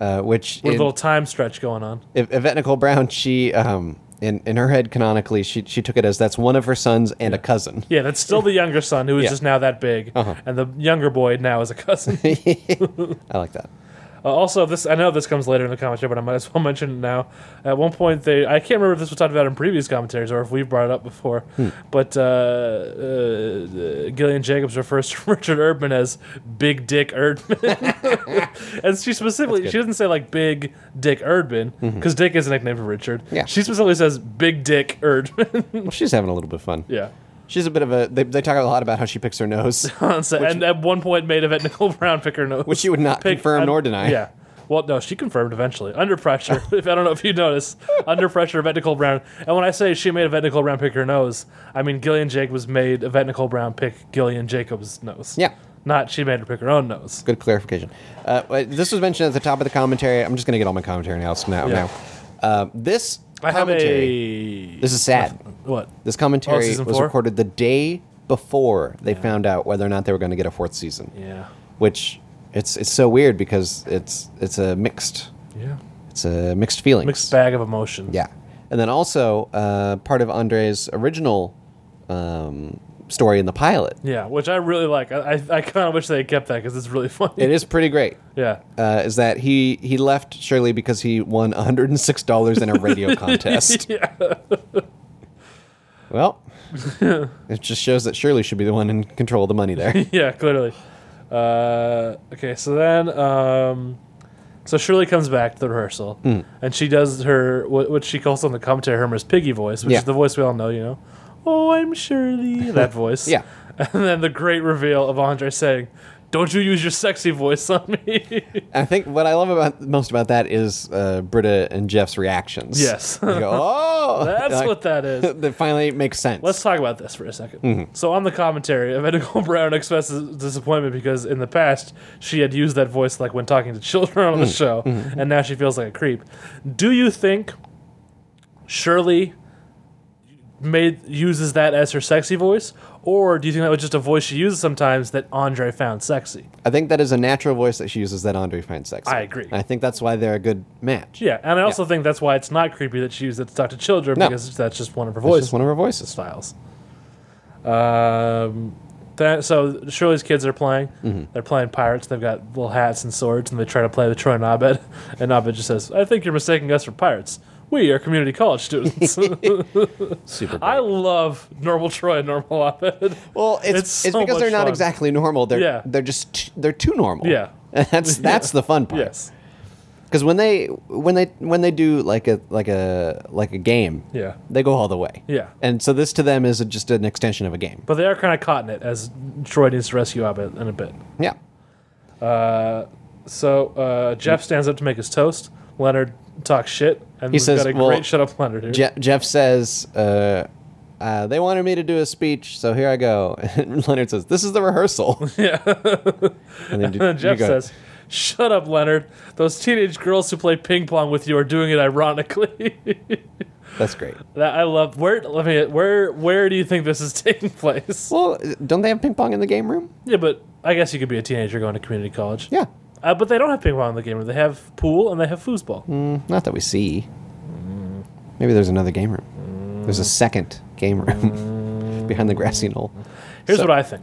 Speaker 5: uh, which
Speaker 7: with a
Speaker 5: in-
Speaker 7: little time stretch going on.
Speaker 5: Yv- Yvette Nicole Brown, she um, in in her head canonically, she she took it as that's one of her sons and a cousin.
Speaker 7: Yeah, that's still the younger son who is
Speaker 5: Yeah. Uh-huh.
Speaker 7: just now that big, and the younger boy now is a cousin.
Speaker 5: I like that.
Speaker 7: Uh, also, this I know this comes later in the commentary, but I might as well mention it now. At one point, they I can't remember if this was talked about in previous commentaries or if we brought it up before,
Speaker 5: Hmm.
Speaker 7: but uh, uh, Gillian Jacobs refers to Richard Erdman as Big Dick Erdman, and she specifically she doesn't say like Big Dick Erdman because Dick is a nickname for Richard.
Speaker 5: Mm-hmm. Yeah.
Speaker 7: she specifically says Big Dick Erdman.
Speaker 5: Well, she's having a little bit of fun.
Speaker 7: yeah.
Speaker 5: She's a bit of a. They, they talk a lot about how she picks her nose,
Speaker 7: and, so- and at one point made Yvette Nicole Brown pick her nose.
Speaker 5: which she would not
Speaker 7: Pick-
Speaker 5: confirm
Speaker 7: I-
Speaker 5: nor deny.
Speaker 7: Yeah. Well, no, she confirmed eventually. Under pressure, if I don't know if you noticed, under pressure, Yvette Nicole Brown. And when I say she made Yvette Nicole Brown pick her nose, I mean Gillian Jacobs made Yvette Nicole Brown pick Gillian Jacobs' nose.
Speaker 5: Yeah.
Speaker 7: Not she made her pick her own nose.
Speaker 5: Good clarification. Uh, but this was mentioned at the top of the commentary. I'm just going to get all my commentary now. So now,
Speaker 7: Yeah.
Speaker 5: now. Uh, this
Speaker 7: I have
Speaker 5: commentary.
Speaker 7: a.
Speaker 5: this is sad.
Speaker 7: What?
Speaker 5: This commentary
Speaker 7: season
Speaker 5: was
Speaker 7: four?
Speaker 5: recorded the day before they found out whether or not they were going to get a fourth season.
Speaker 7: Yeah.
Speaker 5: Which it's it's so weird because it's it's a mixed
Speaker 7: Yeah.
Speaker 5: it's a mixed feeling.
Speaker 7: Mixed bag of emotion.
Speaker 5: Yeah, and then also uh, part of Andre's original um, story in the pilot.
Speaker 7: Yeah, which I really like. I, I, I kind of wish they had kept that because it's really funny.
Speaker 5: It is pretty great.
Speaker 7: Yeah.
Speaker 5: uh, is that he he left Shirley because he won $106 in a radio contest. Well, it just shows that Shirley should be the one in control of the money there.
Speaker 7: yeah, clearly. Uh, okay, so then, um, so Shirley comes back to the rehearsal,
Speaker 5: Hmm.
Speaker 7: and she does her what, what she calls on the commentary her Miss Piggy voice, which
Speaker 5: Yeah.
Speaker 7: is the voice we all know, you know. Oh, I'm Shirley, that voice.
Speaker 5: Yeah.
Speaker 7: and then the great reveal of Andre saying, "Don't you use your sexy voice on me?"
Speaker 5: I think what I love about most about that is uh, Britta and Jeff's reactions.
Speaker 7: Yes.
Speaker 5: They go, oh,
Speaker 7: That's
Speaker 5: Like,
Speaker 7: what that is.
Speaker 5: that finally makes sense.
Speaker 7: Let's talk about this for a 2nd So on the commentary, Medical Brown expresses disappointment because in the past she had used that voice like when talking to children on the show, and now she feels like a creep. Do you think Shirley made uses that as her sexy voice, or do you think that was just a voice she uses sometimes that Andre found sexy?
Speaker 5: I think that is a natural voice that she uses that Andre finds sexy.
Speaker 7: I agree.
Speaker 5: I think that's why they're a good match.
Speaker 7: Yeah, and I also think that's why it's not creepy that she used it to talk to children
Speaker 5: No.
Speaker 7: because that's just one of her
Speaker 5: It's
Speaker 7: voices.
Speaker 5: just one of her voices.
Speaker 7: styles. Um, that so Shirley's kids are playing.
Speaker 5: Mm-hmm.
Speaker 7: They're playing pirates. They've got little hats and swords, and they try to play with Troy and Abed. And Abed just says, "I think you're mistaking us for pirates. We are community college students."
Speaker 5: Super
Speaker 7: I
Speaker 5: great.
Speaker 7: love normal Troy and normal Abed.
Speaker 5: Well, it's
Speaker 7: It's
Speaker 5: it's,
Speaker 7: so
Speaker 5: because
Speaker 7: much
Speaker 5: they're not
Speaker 7: fun.
Speaker 5: exactly normal. They're
Speaker 7: Yeah.
Speaker 5: they're just t- they're too normal.
Speaker 7: Yeah.
Speaker 5: that's that's the fun part.
Speaker 7: yes.
Speaker 5: because when they when they when they do like a like a like a game,
Speaker 7: Yeah.
Speaker 5: they go all the way.
Speaker 7: Yeah.
Speaker 5: and so this to them is just an extension of a game.
Speaker 7: But they are kind of caught in it as Troy needs to rescue Abed in a bit.
Speaker 5: Yeah,
Speaker 7: So uh, Jeff stands up to make his toast. Leonard talks shit,
Speaker 5: Mm.
Speaker 7: and
Speaker 5: He
Speaker 7: we've
Speaker 5: says,
Speaker 7: got a
Speaker 5: "Well,
Speaker 7: great shut up Leonard here.
Speaker 5: Je- Jeff says. Uh, uh, they wanted me to do a speech, so here I go. And Leonard says, "This is the rehearsal." Yeah. and then you- you
Speaker 7: Jeff
Speaker 5: go,
Speaker 7: says, "Shut up, Leonard. Those teenage girls who play ping pong with you are doing it ironically."
Speaker 5: "That's great."
Speaker 7: that I love. Where let me where where do you think this is taking place?
Speaker 5: Well, don't they have ping pong in the game room?
Speaker 7: yeah, but I guess you could be a teenager going to community college.
Speaker 5: Yeah,
Speaker 7: Uh, but they don't have ping pong in the game room. They have pool and they have foosball.
Speaker 5: Not that we see. Maybe there's another game room. There's a second game room behind the grassy knoll.
Speaker 7: Here's
Speaker 5: So-
Speaker 7: what I think.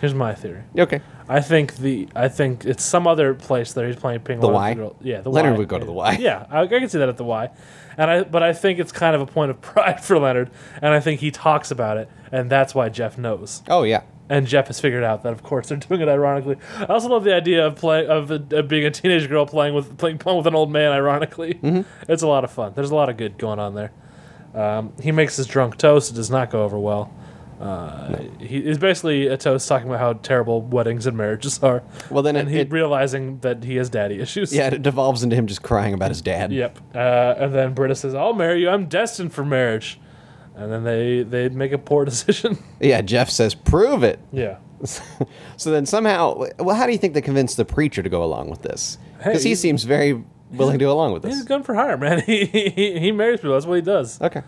Speaker 7: Here's my theory.
Speaker 5: Okay.
Speaker 7: I think the I think it's some other place that he's playing ping pong. with
Speaker 5: Y?
Speaker 7: girl- Yeah, the
Speaker 5: Leonard
Speaker 7: Y.
Speaker 5: would go to the Y.
Speaker 7: Yeah, I, I can see that at the Y, and I but I think it's kind of a point of pride for Leonard, and I think he talks about it, and that's why Jeff knows,
Speaker 5: Oh yeah.
Speaker 7: and Jeff has figured out that of course they're doing it ironically. I also love the idea of play of, uh, of being a teenage girl playing with playing pong with an old man. Ironically,
Speaker 5: Mm-hmm.
Speaker 7: it's a lot of fun. There's a lot of good going on there. Um, he makes his drunk toast. It does not go over well. Uh, He is basically a toast talking about how terrible weddings and marriages are.
Speaker 5: Well, then
Speaker 7: and
Speaker 5: it-
Speaker 7: he
Speaker 5: it-
Speaker 7: realizing that he has daddy issues.
Speaker 5: Yeah, it devolves into him just crying about his dad.
Speaker 7: Yep. Uh, and then Britta says, "I'll marry you. I'm destined for marriage." And then they they make a poor decision.
Speaker 5: Yeah, Jeff says, "Prove it."
Speaker 7: yeah.
Speaker 5: so then somehow, well, how do you think they convinced the preacher to go along with this? Because
Speaker 7: Hey,
Speaker 5: he seems very willing to go along with
Speaker 7: He's a
Speaker 5: this.
Speaker 7: gun for hire, man. He, he he- he marries people. That's what he does.
Speaker 5: Okay.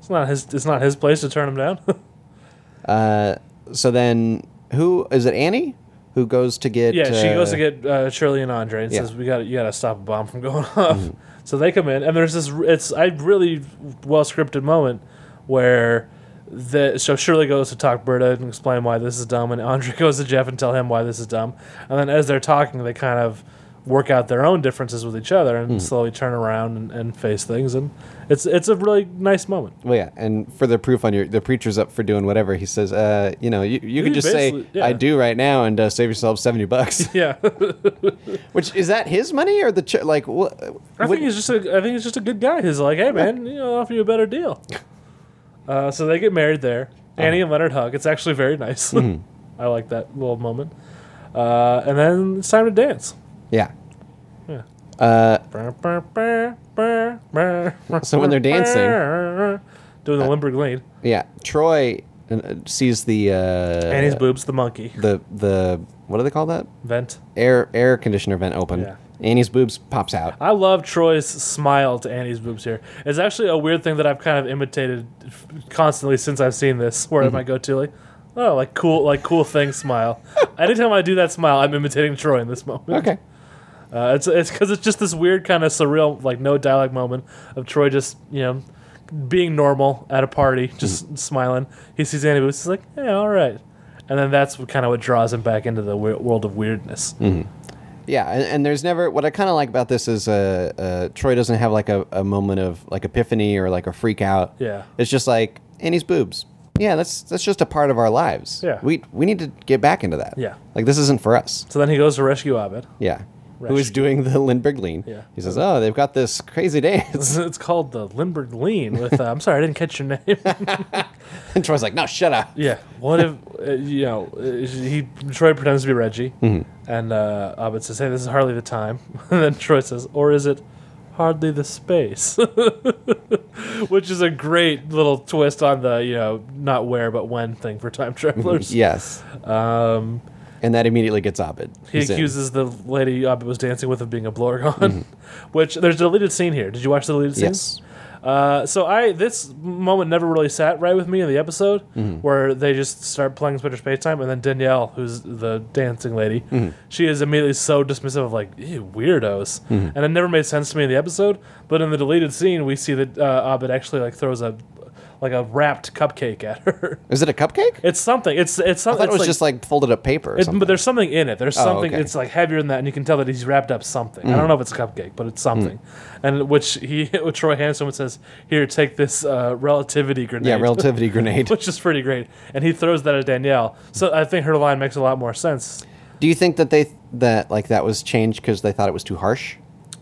Speaker 7: It's not his. It's not his place to turn him down.
Speaker 5: So then, who is it? Annie, who goes to get?
Speaker 7: yeah, she goes to
Speaker 5: uh,
Speaker 7: get uh, Shirley and Andre and
Speaker 5: Yeah.
Speaker 7: says, "We got to you got to stop a bomb from going off." So they come in, and there's this. r- It's a really well scripted moment where the so Shirley goes to talk Berta and explain why this is dumb, and Andre goes to Jeff and tell him why this is dumb, and then as they're talking, they kind of work out their own differences with each other and slowly turn around and, and face things, and it's it's a really nice moment.
Speaker 5: Well, yeah, and for the proof on your, the preacher's up for doing whatever. He says, uh, you know, you, you can
Speaker 7: He
Speaker 5: just say,
Speaker 7: basically- yeah.
Speaker 5: "I do" right now, and uh, save yourself seventy bucks.
Speaker 7: Yeah,
Speaker 5: Which is that his money or the ch- like? Wh-
Speaker 7: I
Speaker 5: what-
Speaker 7: think he's just a I think he's just a good guy. He's like, hey man, you know, I'll offer you a better deal. Uh, so they get married there.
Speaker 5: Uh-huh.
Speaker 7: Annie and Leonard hug. It's actually very nice.
Speaker 5: Mm-hmm.
Speaker 7: I like that little moment. Uh, and then it's time to dance.
Speaker 5: yeah.
Speaker 7: Brr, brr, brr, brr, brr, brr,
Speaker 5: So when they're
Speaker 7: brr,
Speaker 5: dancing- Uh,
Speaker 7: brr, doing the Limburg lean,
Speaker 5: Yeah, Troy uh, sees the uh,
Speaker 7: Annie's boobs, the monkey
Speaker 5: the the what do they call that
Speaker 7: vent.
Speaker 5: air air conditioner vent open.
Speaker 7: Yeah.
Speaker 5: Annie's boobs pops out.
Speaker 7: I love Troy's smile to Annie's boobs here. It's actually a weird thing that I've kind of imitated f- constantly since I've seen this. Where am I go to? Like, oh, like cool, like cool thing smile. Anytime I do that smile, I'm imitating Troy in this moment.
Speaker 5: Okay,
Speaker 7: Uh, it's it's because it's just this weird kind of surreal, like no dialogue moment of Troy just you know being normal at a party, just smiling. He sees Annie boobs, he's like, yeah, all right. And then that's what kind of what draws him back into the we- world of weirdness.
Speaker 5: yeah, and, and there's never what I kind of like about this is uh, uh, Troy doesn't have like a, a moment of like epiphany or like a freak out.
Speaker 7: Yeah.
Speaker 5: it's just like Annie's boobs. Yeah, that's that's just a part of our lives.
Speaker 7: Yeah.
Speaker 5: we we need to get back into that.
Speaker 7: Yeah.
Speaker 5: like this isn't for us.
Speaker 7: So then he goes to rescue Abed.
Speaker 5: Yeah. Who is
Speaker 7: Rescue.
Speaker 5: doing the Lindbergh lean?
Speaker 7: Yeah.
Speaker 5: He says, "Oh, they've got this crazy dance."
Speaker 7: It's, it's called the Limburg Lean. With uh, I'm sorry, I didn't catch your name.
Speaker 5: and Troy's like, "No, shut up."
Speaker 7: yeah. What if uh, you know? uh, He Troy pretends to be Reggie, and uh, Abed says, "Hey, this is hardly the time." And then Troy says, "Or is it hardly the space?" Which is a great little twist on the you know not where but when thing for time travelers.
Speaker 5: Yes. Um, and that immediately gets Abed.
Speaker 7: He
Speaker 5: He's in.
Speaker 7: accuses the lady Abed was dancing with of being a blorgon, which there's a deleted scene here. Did you watch the deleted scene?
Speaker 5: Yes.
Speaker 7: Uh, so I this moment never really sat right with me in the episode
Speaker 5: Mm-hmm.
Speaker 7: where they just start playing Splinter Space Time and then Danielle, who's the dancing lady,
Speaker 5: Mm-hmm.
Speaker 7: she is immediately so dismissive of like "Ew, weirdos,
Speaker 5: Mm-hmm.
Speaker 7: and it never made sense to me in the episode. But in the deleted scene, we see that uh, Abed actually like throws a like a wrapped cupcake at her.
Speaker 5: Is it a cupcake?
Speaker 7: it's something. It's it's
Speaker 5: I
Speaker 7: something.
Speaker 5: thought it
Speaker 7: it's
Speaker 5: was just like folded up paper. Or
Speaker 7: it-
Speaker 5: something.
Speaker 7: but there's something in it. There's
Speaker 5: Oh,
Speaker 7: something.
Speaker 5: okay. Mm.
Speaker 7: It's like heavier than that, and you can tell that he's wrapped up something. I don't know if it's a cupcake, but it's something. And which he, which Troy hands him and says, "Here, take this uh, relativity grenade."
Speaker 5: yeah, relativity grenade.
Speaker 7: which is pretty great. And he throws that at Danielle. So I think her line makes a lot more sense.
Speaker 5: Do you think that they that like that was changed because they thought it was too harsh?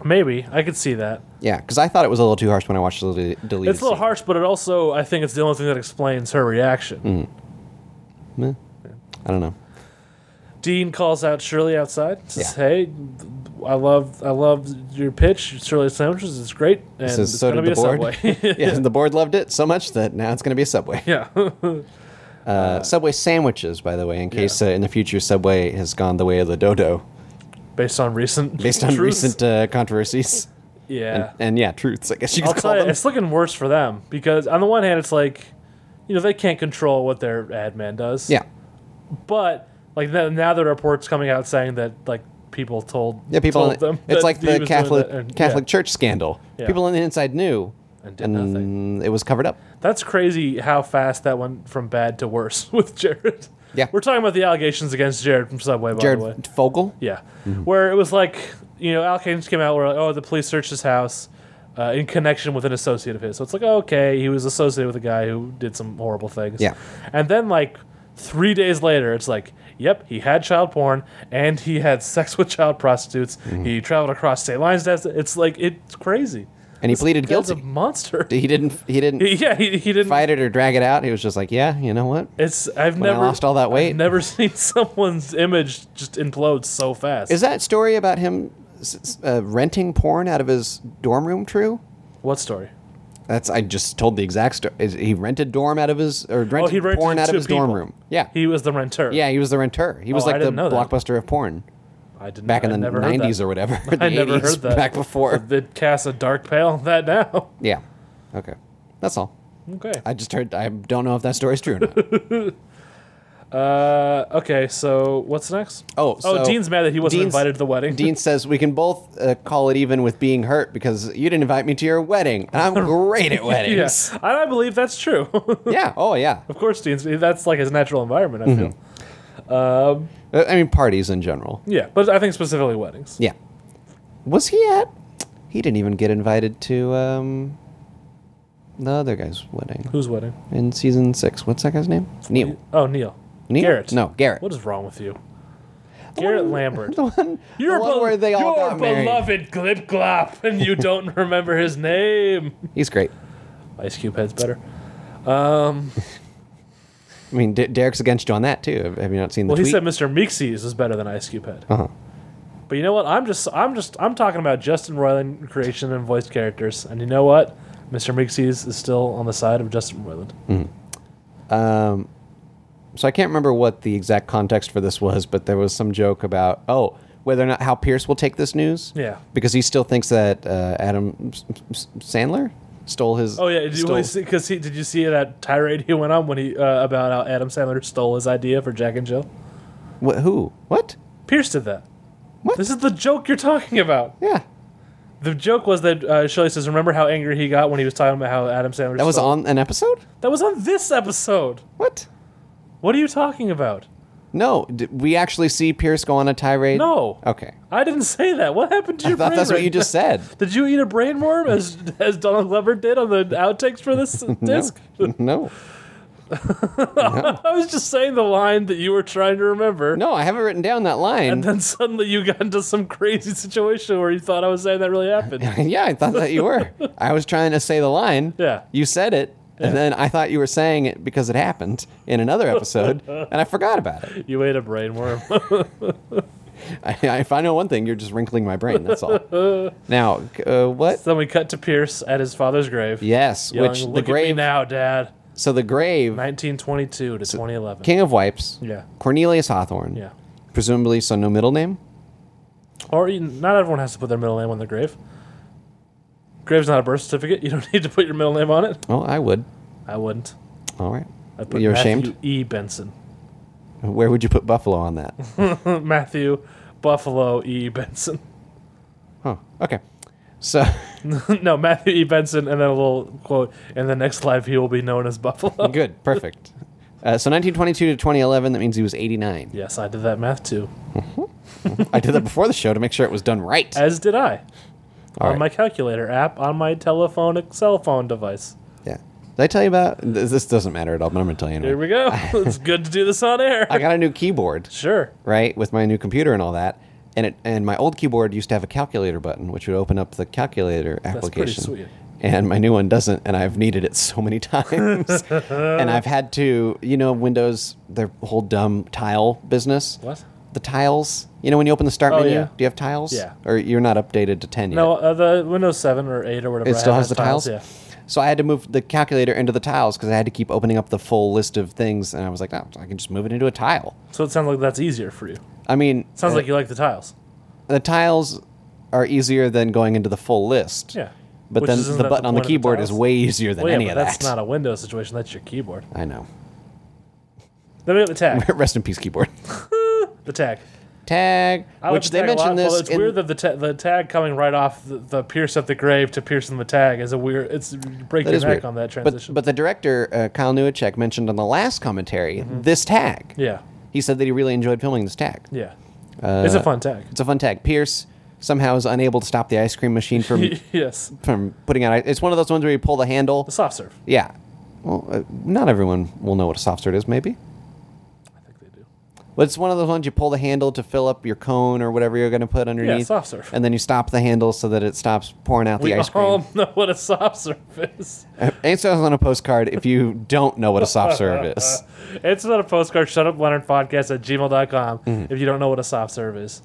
Speaker 7: Maybe I could see that.
Speaker 5: Yeah, because I thought it was a little too harsh when I watched the del- deleted.
Speaker 7: It's a little
Speaker 5: scene.
Speaker 7: harsh, but it also I think it's the only thing that explains her reaction.
Speaker 5: Mm. I don't know.
Speaker 7: Dean calls out Shirley outside. Says,
Speaker 5: Yeah.
Speaker 7: "Hey, I love I love your pitch, Shirley sandwiches. It's great, and
Speaker 5: says,
Speaker 7: it's
Speaker 5: "So
Speaker 7: gonna
Speaker 5: did
Speaker 7: be a
Speaker 5: the board."
Speaker 7: subway."
Speaker 5: Yeah, the board loved it so much that now it's going to be a Subway.
Speaker 7: yeah.
Speaker 5: Uh, subway sandwiches, by the way, in case uh, in the future Subway has gone the way of the dodo,
Speaker 7: based on recent
Speaker 5: based on
Speaker 7: truths?
Speaker 5: recent uh, controversies
Speaker 7: yeah
Speaker 5: and yeah, truths. I guess you could
Speaker 7: i'll
Speaker 5: call
Speaker 7: tell you
Speaker 5: them.
Speaker 7: it's looking worse for them because on the one hand it's like you know they can't control what their ad man does
Speaker 5: yeah,
Speaker 7: but like now, now the reports coming out saying that like people told
Speaker 5: yeah. People,
Speaker 7: told them
Speaker 5: it's
Speaker 7: that
Speaker 5: like the
Speaker 7: he was doing
Speaker 5: Catholic
Speaker 7: that, and-
Speaker 5: Catholic
Speaker 7: yeah,
Speaker 5: Church scandal.
Speaker 7: Yeah.
Speaker 5: People on the inside knew,
Speaker 7: and did nothing
Speaker 5: and it was covered up.
Speaker 7: that's crazy how fast that went from bad to worse with jared
Speaker 5: Yeah.
Speaker 7: we're talking about the allegations against jared from subway by the way
Speaker 5: Jared Fogle.
Speaker 7: Yeah, where it was like you know allegations came out where like, oh the police searched his house uh, in connection with an associate of his. So it's like oh, okay, he was associated with a guy who did some horrible things.
Speaker 5: Yeah.
Speaker 7: and then like three days later, it's like yep, he had child porn and he had sex with child prostitutes.
Speaker 5: Mm-hmm.
Speaker 7: He traveled across state lines. That's it's like it's crazy.
Speaker 5: and he pleaded
Speaker 7: That's
Speaker 5: guilty.
Speaker 7: a monster.
Speaker 5: he didn't. He didn't
Speaker 7: yeah, he, he didn't.
Speaker 5: fight it or drag it out. He was just like, yeah, you know what?
Speaker 7: It's I've
Speaker 5: When I
Speaker 7: never
Speaker 5: lost all that weight.
Speaker 7: I've never seen someone's image just implode so fast.
Speaker 5: Is that story about him s- s- uh, renting porn out of his dorm room true?
Speaker 7: what story?
Speaker 5: Uh, That's I just told the exact story. He rented dorm out of his or rented,
Speaker 7: Oh, he rented
Speaker 5: porn
Speaker 7: to
Speaker 5: out of
Speaker 7: two
Speaker 5: his dorm
Speaker 7: people.
Speaker 5: room. Yeah,
Speaker 7: He was the renter.
Speaker 5: yeah, he was the renter. He was
Speaker 7: Oh, I
Speaker 5: like the
Speaker 7: didn't know that.
Speaker 5: blockbuster of porn
Speaker 7: I didn't.
Speaker 5: back in
Speaker 7: I
Speaker 5: the
Speaker 7: never heard that.
Speaker 5: '90s or whatever. the
Speaker 7: I never
Speaker 5: 80s,
Speaker 7: heard that.
Speaker 5: Back before.
Speaker 7: Did cast a dark pale on that now.
Speaker 5: Yeah. Okay. That's all.
Speaker 7: Okay.
Speaker 5: I just heard. I don't know if that story's true or not.
Speaker 7: Uh, okay. So what's next?
Speaker 5: Oh, so
Speaker 7: oh, Dean's mad that he wasn't
Speaker 5: Dean's-
Speaker 7: invited to the wedding.
Speaker 5: Dean says we can both uh, call it even with being hurt because you didn't invite me to your wedding, and I'm great at
Speaker 7: Yeah.
Speaker 5: weddings.
Speaker 7: And I believe that's true.
Speaker 5: Yeah. Oh yeah.
Speaker 7: of course, Dean's. That's like his natural environment. I feel.
Speaker 5: Mm-hmm. Uh, I mean parties in general.
Speaker 7: Yeah, but I think specifically weddings.
Speaker 5: Yeah. Was he at? He didn't even get invited to um, the other guy's wedding
Speaker 7: Whose wedding?
Speaker 5: in season six. What's that guy's name? Neil.
Speaker 7: Oh, Neil.
Speaker 5: Neil?
Speaker 7: Garrett.
Speaker 5: No, Garrett.
Speaker 7: What is wrong with you? Garrett Lambert.
Speaker 5: The one,
Speaker 7: Your
Speaker 5: the one
Speaker 7: bel-
Speaker 5: where they all
Speaker 7: your
Speaker 5: got married.
Speaker 7: beloved Glip Glop, and you don't remember his name.
Speaker 5: He's great.
Speaker 7: Ice Cube head's better.
Speaker 5: I mean, D- Derek's against you on that too. Have- Have you not seen the
Speaker 7: Well, he
Speaker 5: tweet?
Speaker 7: said Mr. Meeksies is better than Ice Cube head. Uh-huh. But you know what? I'm just I'm just I'm talking about Justin Roiland creation and voice characters, and you know what? Mr. Meeksies is still on the side of Justin Roiland.
Speaker 5: so I can't remember what the exact context for this was, but there was some joke about oh whether or not how Pierce will take this news.
Speaker 7: Yeah.
Speaker 5: because he still thinks that uh, Adam S- S- Sandler stole his.
Speaker 7: Oh yeah, did you
Speaker 5: stole-
Speaker 7: because he did you see that tirade he went on when he uh, about how Adam Sandler stole his idea for Jack and Jill?
Speaker 5: Wh- who? What?
Speaker 7: Pierce did that.
Speaker 5: What?
Speaker 7: This is the joke you're talking about.
Speaker 5: Yeah,
Speaker 7: The joke was that uh, Shelley says, "Remember how angry he got when he was talking about how Adam Sandler."
Speaker 5: that was
Speaker 7: stole-
Speaker 5: on an episode.
Speaker 7: That was on this episode.
Speaker 5: What?
Speaker 7: What are you talking about?
Speaker 5: No, d- we actually see Pierce go on a tirade.
Speaker 7: No.
Speaker 5: Okay.
Speaker 7: I didn't say that. What happened to
Speaker 5: I
Speaker 7: your
Speaker 5: thought
Speaker 7: brain?
Speaker 5: that's what
Speaker 7: right
Speaker 5: you just
Speaker 7: now?
Speaker 5: said.
Speaker 7: Did you eat a brain worm as as Donald Glover did on the outtakes for this disc?
Speaker 5: No,
Speaker 7: I was just saying the line that you were trying to remember.
Speaker 5: no, I haven't written down that
Speaker 7: And
Speaker 5: line.
Speaker 7: then suddenly you got into some crazy situation where you thought I was saying that really happened.
Speaker 5: yeah, I thought that you were. I was trying to say the line.
Speaker 7: Yeah.
Speaker 5: You said it, and then I thought you were saying it because it happened in another episode, and I forgot about it.
Speaker 7: You ate a brain worm.
Speaker 5: I, I- if I know one thing, you're just wrinkling my brain. That's all. now, c- uh, what?
Speaker 7: then we cut to Pierce at his father's grave.
Speaker 5: Yes,
Speaker 7: Yelling,
Speaker 5: which
Speaker 7: Look
Speaker 5: the
Speaker 7: at me
Speaker 5: grave.
Speaker 7: now, Dad.
Speaker 5: So the grave.
Speaker 7: 1922 to 2011.
Speaker 5: King of Wipes.
Speaker 7: Yeah.
Speaker 5: Cornelius Hawthorne.
Speaker 7: Yeah.
Speaker 5: Presumably, so no middle name.
Speaker 7: Or you, not everyone has to put their middle name on their grave. Grave's not a birth certificate. You don't need to put your middle name on it.
Speaker 5: Oh, I would.
Speaker 7: I wouldn't.
Speaker 5: All right.
Speaker 7: I put
Speaker 5: You're
Speaker 7: Matthew
Speaker 5: ashamed.
Speaker 7: E. Benson.
Speaker 5: Where would you put Buffalo on that?
Speaker 7: Matthew Buffalo E. Benson.
Speaker 5: Huh. Okay. So,
Speaker 7: no, Matthew E. Benson, and then a little quote. In the next life, he will be known as Buffalo.
Speaker 5: good. Perfect. Uh, so 1922 to 2011, that means he was 89.
Speaker 7: Yes, I did that math too.
Speaker 5: I did that before the show to make sure it was done right.
Speaker 7: As did I.
Speaker 5: All
Speaker 7: on
Speaker 5: right.
Speaker 7: my calculator app on my telephone cell phone device.
Speaker 5: Yeah. Did I tell you about this? This doesn't matter at all, but I'm going to tell you anyway.
Speaker 7: Here we go. it's good to do this on air.
Speaker 5: I got a new keyboard,
Speaker 7: sure.
Speaker 5: right, with my new computer and all that. And it and my old keyboard used to have a calculator button, which would open up the calculator application.
Speaker 7: sweet.
Speaker 5: And my new one doesn't, and I've needed it so many times. and I've had to, you know, Windows, their whole dumb tile business.
Speaker 7: What?
Speaker 5: The tiles. You know, when you open the start
Speaker 7: Oh,
Speaker 5: menu,
Speaker 7: yeah.
Speaker 5: do you have tiles?
Speaker 7: Yeah.
Speaker 5: Or you're not updated to 10 yet?
Speaker 7: No, uh, the Windows 7 or 8 or whatever.
Speaker 5: It
Speaker 7: I
Speaker 5: still
Speaker 7: have
Speaker 5: has the tiles.
Speaker 7: Yeah.
Speaker 5: So I had to move the calculator into the tiles because I had to keep opening up the full list of things, and I was like, oh, I can just move it into a tile.
Speaker 7: So it sounds like that's easier for you.
Speaker 5: I mean,
Speaker 7: Sounds
Speaker 5: uh,
Speaker 7: like you like the tiles.
Speaker 5: the tiles are easier than going into the full list.
Speaker 7: Yeah.
Speaker 5: But
Speaker 7: Which
Speaker 5: then
Speaker 7: isn't
Speaker 5: the
Speaker 7: that
Speaker 5: button on the
Speaker 7: point of
Speaker 5: keyboard is
Speaker 7: tiles?
Speaker 5: way easier than
Speaker 7: Well, yeah,
Speaker 5: any
Speaker 7: but
Speaker 5: of
Speaker 7: that's
Speaker 5: that.
Speaker 7: not a Windows situation. That's your keyboard.
Speaker 5: I know.
Speaker 7: Then we have the tag.
Speaker 5: Rest in peace, keyboard.
Speaker 7: the tag.
Speaker 5: Tag,
Speaker 7: I like
Speaker 5: which
Speaker 7: the
Speaker 5: they
Speaker 7: tag a lot,
Speaker 5: mentioned
Speaker 7: although
Speaker 5: this.
Speaker 7: It's
Speaker 5: in-
Speaker 7: weird that the, ta- the tag coming right off the, the pierce at the grave to pierce in the tag is a weird. It's you break
Speaker 5: that
Speaker 7: your
Speaker 5: is
Speaker 7: neck
Speaker 5: weird.
Speaker 7: on that
Speaker 5: But-
Speaker 7: transition.
Speaker 5: But, the director, uh, Kyle Newacek, mentioned on the last commentary this tag.
Speaker 7: Mm-hmm. yeah,
Speaker 5: He said that he really enjoyed filming this tag.
Speaker 7: yeah.
Speaker 5: Uh,
Speaker 7: it's a fun tag.
Speaker 5: It's a fun tag. Pierce somehow is unable to stop the ice cream machine from
Speaker 7: yes,
Speaker 5: from putting out. It's one of those ones where you pull the handle.
Speaker 7: the soft serve.
Speaker 5: Yeah. Well, uh, not everyone will know what a soft serve is, maybe.
Speaker 7: I think they do.
Speaker 5: But it's one of those ones you pull the handle to fill up your cone or whatever you're going to put underneath.
Speaker 7: soft serve.
Speaker 5: And then you stop the handle so that it stops pouring out
Speaker 7: We
Speaker 5: the ice cream. Uh,
Speaker 7: all know what a soft serve is.
Speaker 5: Answer us on a postcard if you don't know what a soft serve is.
Speaker 7: Uh, It's not a postcard. Shut up, Leonard Podcast at gmail.com
Speaker 5: Mm-hmm.
Speaker 7: if you don't know what a soft serve is.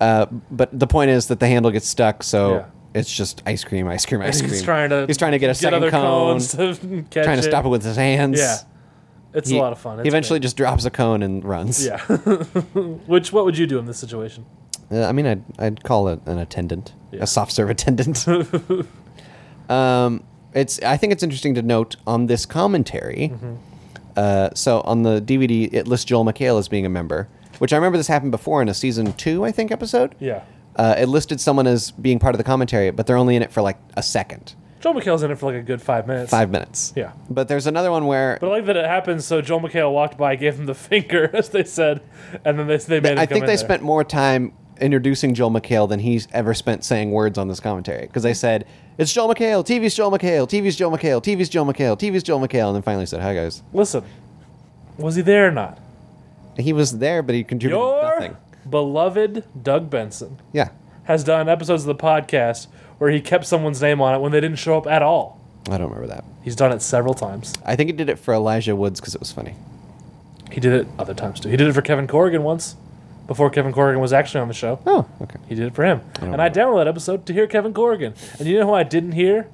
Speaker 5: But the point is that the handle gets stuck, so
Speaker 7: Yeah.
Speaker 5: It's just ice cream, ice cream, ice cream.
Speaker 7: He's trying to
Speaker 5: He's trying to get a second
Speaker 7: other
Speaker 5: cone.
Speaker 7: cones to catch
Speaker 5: trying to
Speaker 7: it.
Speaker 5: stop it with his hands.
Speaker 7: Yeah, it's
Speaker 5: He-
Speaker 7: a lot of fun.
Speaker 5: he
Speaker 7: It's
Speaker 5: eventually
Speaker 7: great.
Speaker 5: just drops a cone and runs.
Speaker 7: Yeah. Which what would you do in this situation?
Speaker 5: Uh, I mean, I'd, I'd call it an attendant,
Speaker 7: Yeah.
Speaker 5: a soft serve attendant. um, it's. I think it's interesting to note on this commentary.
Speaker 7: Mm-hmm.
Speaker 5: Uh, so on the DVD, it lists Joel McHale as being a member, which I remember this happened before in a season two, I think, episode.
Speaker 7: Yeah.
Speaker 5: Uh, it listed someone as being part of the commentary, but they're only in it for like a second,
Speaker 7: Joel McHale's in it for like a good five minutes.
Speaker 5: five minutes.
Speaker 7: Yeah.
Speaker 5: But there's another one where
Speaker 7: But I like that it happens. So Joel McHale walked by, gave him the finger, as they said, and then they they made. Him
Speaker 5: I
Speaker 7: come
Speaker 5: think
Speaker 7: in
Speaker 5: they
Speaker 7: there.
Speaker 5: spent more time introducing Joel McHale than he's ever spent saying words on this commentary because they said it's Joel McHale, TV's Joel McHale, TV's Joel McHale, TV's Joel McHale, TV's Joel McHale, and then finally said, "Hi guys."
Speaker 7: Listen, was he there or not?
Speaker 5: He was there, but he contributed
Speaker 7: Your
Speaker 5: nothing.
Speaker 7: beloved Doug Benson
Speaker 5: Yeah,
Speaker 7: has done episodes of the podcast where he kept someone's name on it when they didn't show up at all.
Speaker 5: I don't remember that.
Speaker 7: He's done it several times.
Speaker 5: I think he did it for Elijah Woods because it was funny.
Speaker 7: He did it other times too. He did it for Kevin Corrigan once, before Kevin Corrigan was actually on the show.
Speaker 5: Oh, okay.
Speaker 7: He did it for him.
Speaker 5: Oh,
Speaker 7: and I downloaded that episode to hear Kevin Corrigan. And you know who I didn't hear?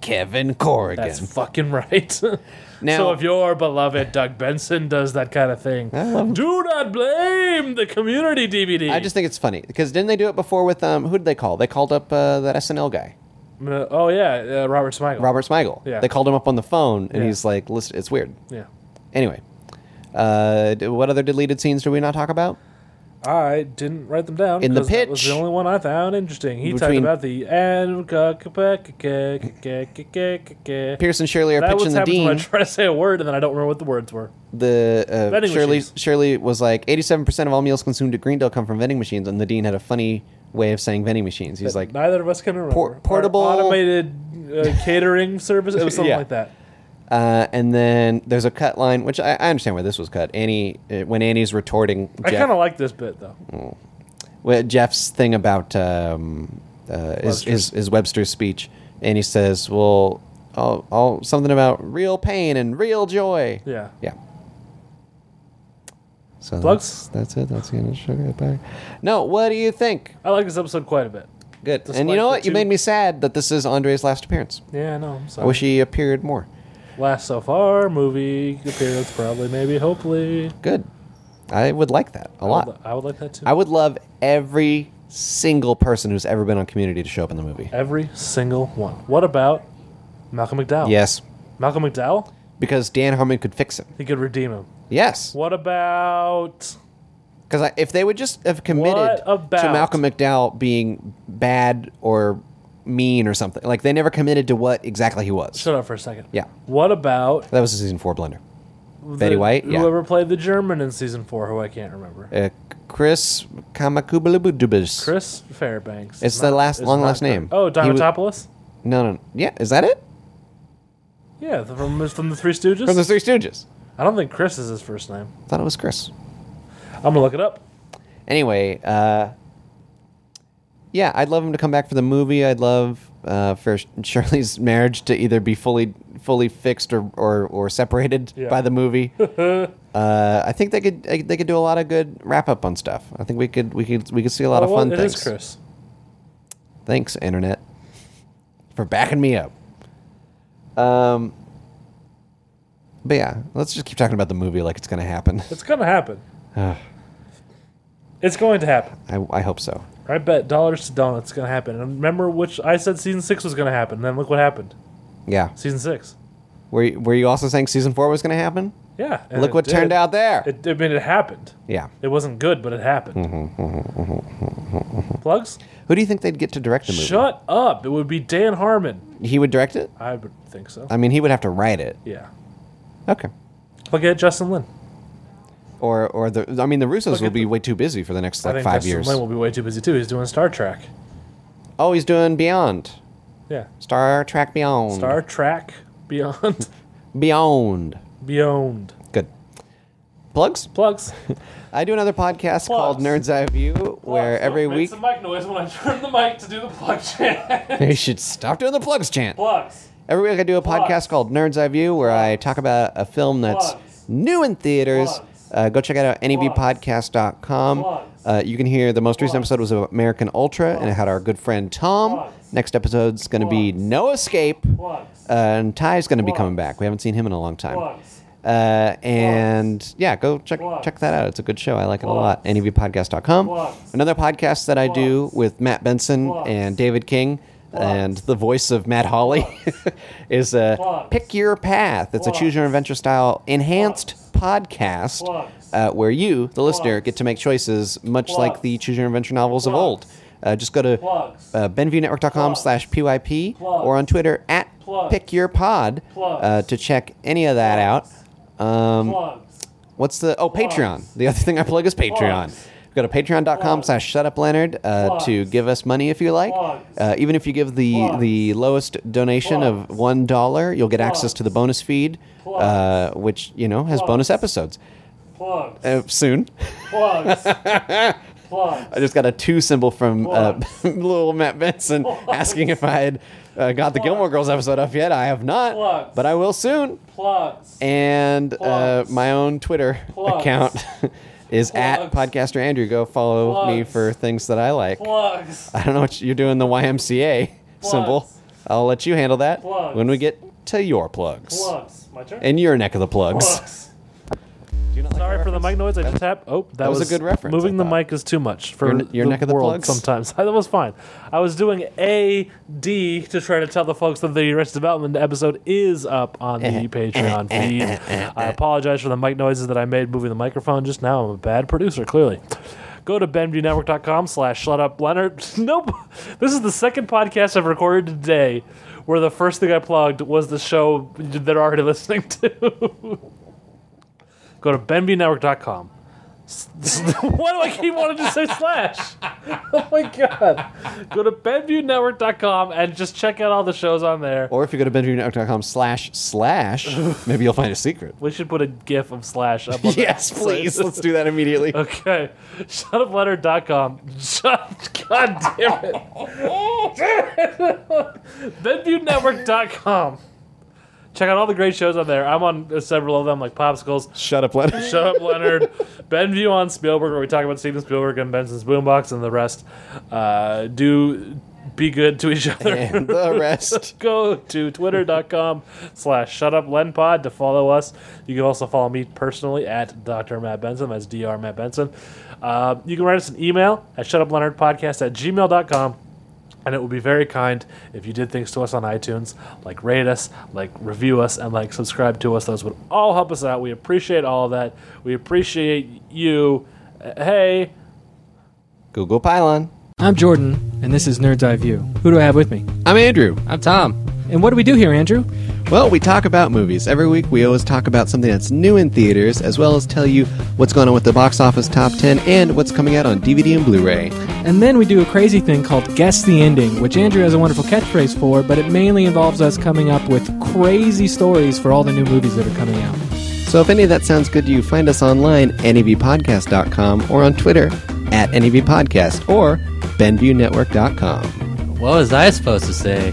Speaker 5: Kevin Corrigan.
Speaker 7: That's fucking right.
Speaker 5: Now-
Speaker 7: so if your beloved Doug Benson does that kind of thing,
Speaker 5: love-
Speaker 7: do not blame the community DVD.
Speaker 5: I just think it's funny because didn't they do it before with um? Who did they call? They called up uh, that SNL guy,
Speaker 7: Uh, oh yeah, uh, Robert Smigel.
Speaker 5: Robert Smigel.
Speaker 7: Yeah.
Speaker 5: They called him up on the phone, and
Speaker 7: Yeah.
Speaker 5: he's like, "Listen, it's weird."
Speaker 7: Yeah.
Speaker 5: Anyway, uh, d- what other deleted scenes do we not talk about?
Speaker 7: I didn't write them down.
Speaker 5: In the
Speaker 7: 'cause That was the
Speaker 5: pitch-
Speaker 7: only one I found interesting. He talked
Speaker 5: Between-
Speaker 7: about the and Pierce
Speaker 5: Pearson Shirley are
Speaker 7: That was
Speaker 5: pitching the
Speaker 7: happens when I
Speaker 5: dean.
Speaker 7: try to say a word and then I don't remember what the words were.
Speaker 5: The uh,
Speaker 7: Vending
Speaker 5: Shirley
Speaker 7: machines.
Speaker 5: Shirley was like, eighty-seven percent of all meals consumed at Greendale come from vending machines, and the dean had a funny way of saying vending machines. He's like,
Speaker 7: Neither of us can remember.
Speaker 5: Por-
Speaker 7: Or
Speaker 5: portable-
Speaker 7: automated uh, catering service. It was something
Speaker 5: Yeah.
Speaker 7: like that.
Speaker 5: uh, and then there's a cut line, which I, I understand where this was cut. Annie, uh, when Annie's retorting
Speaker 7: I kind of
Speaker 5: Jeff,
Speaker 7: like this bit though.
Speaker 5: well, Jeff's thing about um, uh, is, is is Webster's speech, and he says, well, all, all something about real pain and real joy.
Speaker 7: Yeah.
Speaker 5: Yeah. So
Speaker 7: Plugs?
Speaker 5: That's, that's it. That's the end of sugar. Bye. No, what do you think?
Speaker 7: I like this episode quite a bit.
Speaker 5: Good.
Speaker 7: Despite
Speaker 5: and you know
Speaker 7: the
Speaker 5: what? You
Speaker 7: two-
Speaker 5: made me sad that this is Andre's last appearance.
Speaker 7: Yeah, I know. I'm sorry.
Speaker 5: I wish he appeared more.
Speaker 7: Last so far movie appearance probably maybe hopefully.
Speaker 5: Good. I would like that a lot.
Speaker 7: I would like that too.
Speaker 5: I would love every single person who's ever been on Community to show up in the movie.
Speaker 7: Every single one. What about Malcolm McDowell?
Speaker 5: Yes,
Speaker 7: Malcolm McDowell.
Speaker 5: because Dan Harmon could fix him.
Speaker 7: He could redeem him.
Speaker 5: Yes,
Speaker 7: What about?
Speaker 5: because if they would just have committed
Speaker 7: about-
Speaker 5: to Malcolm McDowell being bad or mean or something, like they never committed to what exactly he was.
Speaker 7: Shut up for a second.
Speaker 5: Yeah.
Speaker 7: What about
Speaker 5: That was a season four blender.
Speaker 7: the-
Speaker 5: Betty White? Yeah.
Speaker 7: Whoever played the German in season four, who I can't remember.
Speaker 5: Uh, Chris Kamakubalubudubis.
Speaker 7: Chris Fairbanks.
Speaker 5: It's
Speaker 7: is
Speaker 5: the last-
Speaker 7: is
Speaker 5: long
Speaker 7: not
Speaker 5: last
Speaker 7: good.
Speaker 5: name.
Speaker 7: Oh,
Speaker 5: He was-
Speaker 7: Diamantopoulos.
Speaker 5: No, no, no. Yeah, is that it?
Speaker 7: yeah, the- from from the Three Stooges.
Speaker 5: From the Three Stooges.
Speaker 7: I don't think Chris is his first name.
Speaker 5: Thought it was Chris.
Speaker 7: I'm gonna look it up.
Speaker 5: Anyway, uh, yeah, I'd love him to come back for the movie. I'd love uh, for Sh- Shirley's marriage to either be fully fully fixed or or, or separated
Speaker 7: Yeah.
Speaker 5: by the movie. uh, I think they could they could do a lot of good wrap up on stuff. I think we could we could we could see a lot
Speaker 7: Oh,
Speaker 5: of fun
Speaker 7: well, It
Speaker 5: things.
Speaker 7: is Chris.
Speaker 5: Thanks, internet, for backing me up. Um, but yeah, let's just keep talking about the movie like it's gonna happen.
Speaker 7: It's gonna happen.
Speaker 5: Ah.
Speaker 7: it's going to happen.
Speaker 5: I, I hope so.
Speaker 7: I bet dollars to donuts it's gonna happen. And remember which I said season six was gonna happen. Then look what happened.
Speaker 5: Yeah.
Speaker 7: Season six.
Speaker 5: Were you, were you also saying season four was gonna happen?
Speaker 7: Yeah. and
Speaker 5: Look
Speaker 7: it
Speaker 5: what
Speaker 7: did.
Speaker 5: turned out there.
Speaker 7: It, I mean, it happened.
Speaker 5: yeah.
Speaker 7: It wasn't good, but it happened.
Speaker 5: Mm-hmm,
Speaker 7: Plugs?
Speaker 5: Who do you think they'd get to direct the mm-hmm, movie?
Speaker 7: Shut up. It would be Dan Harmon.
Speaker 5: He would direct it.
Speaker 7: I would think so.
Speaker 5: I mean, he would have to write it.
Speaker 7: yeah.
Speaker 5: Okay.
Speaker 7: Look at Justin Lin.
Speaker 5: Or or the I mean, the Russos
Speaker 7: Look
Speaker 5: will
Speaker 7: at
Speaker 5: be
Speaker 7: the-
Speaker 5: way too busy for the next
Speaker 7: I
Speaker 5: like
Speaker 7: think
Speaker 5: five
Speaker 7: Justin
Speaker 5: years.
Speaker 7: Lin will be way too busy, too. He's doing Star Trek.
Speaker 5: Oh, he's doing Beyond,
Speaker 7: Yeah.
Speaker 5: Star Trek Beyond,
Speaker 7: Star Trek Beyond.
Speaker 5: Beyond.
Speaker 7: Beyond.
Speaker 5: Good. Plugs.
Speaker 7: Plugs.
Speaker 5: I do another podcast called
Speaker 7: Plugs.
Speaker 5: Nerd's Eye View, where every week
Speaker 7: mic noise when I turn the mic to do the plug chant.
Speaker 5: you should stop doing the plugs chant.
Speaker 7: Plugs.
Speaker 5: Every week I do a
Speaker 7: Plugs.
Speaker 5: podcast called Nerd's Eye View where I talk about a film that's
Speaker 7: Plugs.
Speaker 5: new in theaters.
Speaker 7: Plugs.
Speaker 5: E Uh, go check it out, nevpodcast.com.
Speaker 7: Plugs.
Speaker 5: Uh, you can hear the most recent episode was of American Ultra, and it had our good friend Tom. Next episode's going to be No Escape, uh, and Ty's going to be coming back. We haven't seen him in a long time. Uh, and yeah, go check check that out. It's a good show. I like it a lot. E NEBpodcast.com. Another podcast that I do with Matt Benson and David King and the voice of Matt Hawley is uh, Pick Your Path. It's a choose your adventure style enhanced podcast uh, where you, the listener, get to make choices much like the choose your adventure novels of old. Uh, just go to uh, benviewnetwork.com slash PYP or on Twitter at pickyourpod uh, to check any of that out. Um, What's the oh Patreon? The other thing I plug is Patreon. Go to patreon.com slash shutupleonard uh, to give us money if you like. Uh, even if you give the, the lowest donation of $1, you'll get access to the bonus feed, uh, which, you know, has bonus episodes uh, soon. I just got a two symbol from uh, little Matt Benson asking if I had uh, got the Gilmore Girls episode up yet. I have not,
Speaker 7: Plugs.
Speaker 5: but I will soon and uh,
Speaker 7: Plugs.
Speaker 5: my own Twitter
Speaker 7: Plugs.
Speaker 5: account is at
Speaker 7: Plugs.
Speaker 5: podcaster Andrew. Go follow me
Speaker 7: Plugs.
Speaker 5: for things that I like. I don't know what you're doing the YMCA symbol.
Speaker 7: Plugs.
Speaker 5: I'll let you handle that
Speaker 7: Plugs.
Speaker 5: when we get to your plugs
Speaker 7: My turn.
Speaker 5: and your neck of the plugs.
Speaker 7: Sorry for the mic noise. I just tap. Oh, that,
Speaker 5: was a good reference,
Speaker 7: Moving
Speaker 5: I
Speaker 7: the
Speaker 5: thought.
Speaker 7: mic is too much for
Speaker 5: Your- your
Speaker 7: the
Speaker 5: neck of the
Speaker 7: world
Speaker 5: plugs?
Speaker 7: Sometimes that was fine. I was doing a D to try to tell the folks that the Arrested Development episode is up on the Patreon feed. I apologize for the mic noises that I made moving the microphone just now. I'm a bad producer, clearly. Go to benviewnetwork.com slash shut up Leonard. Nope. This is the second podcast I've recorded today where the first thing I plugged was the show they're already listening to. go to benvnetwork.com. Why do I keep wanting to say slash? Oh my god. Go to benviewnetwork.com and just check out all the shows on there.
Speaker 5: Or if you go to benjaminetwork.com slash slash, maybe you'll find a secret.
Speaker 7: We should put a gif of slash up on the
Speaker 5: yes,
Speaker 7: website.
Speaker 5: please. Let's do that immediately.
Speaker 7: Okay. Shutupletter.com. Shut God damn it. benviewnetwork.com. Check out all the great shows on there. I'm on several of them like Popsicles,
Speaker 5: Shut up, letter.
Speaker 7: Shut up, Leonard. Benview on Spielberg, where we talk about Steven Spielberg and Benson's Boombox and the rest. Uh, do be good to each other.
Speaker 5: and the rest.
Speaker 7: Go to twitter.com slash shutuplenpod to follow us. You can also follow me personally at Dr. Matt Benson. That's Dr. Matt Benson. Uh, you can write us an email at shutupleonardpodcast at gmail.com. And it would be very kind if you did things to us on iTunes, like rate us, like review us, and like subscribe to us. Those would all help us out. We appreciate all of that. We appreciate you. Uh, Hey,
Speaker 5: Google Pylon.
Speaker 8: I'm Jordan, and this is Nerd's Eye View. Who do I have with me?
Speaker 5: I'm Andrew.
Speaker 8: I'm Tom. And what do we do here, Andrew?
Speaker 5: Well, we talk about movies. Every week we always talk about something that's new in theaters, as well as tell you what's going on with the box office top 10 and what's coming out on DVD and Blu ray.
Speaker 8: And then we do a crazy thing called Guess the Ending, which Andrew has a wonderful catchphrase for, but it mainly involves us coming up with crazy stories for all the new movies that are coming out.
Speaker 5: So if any of that sounds good to you, find us online, E nevpodcast.com, or on Twitter at nevpodcast or benviewnetwork.com.
Speaker 9: What was I supposed to say?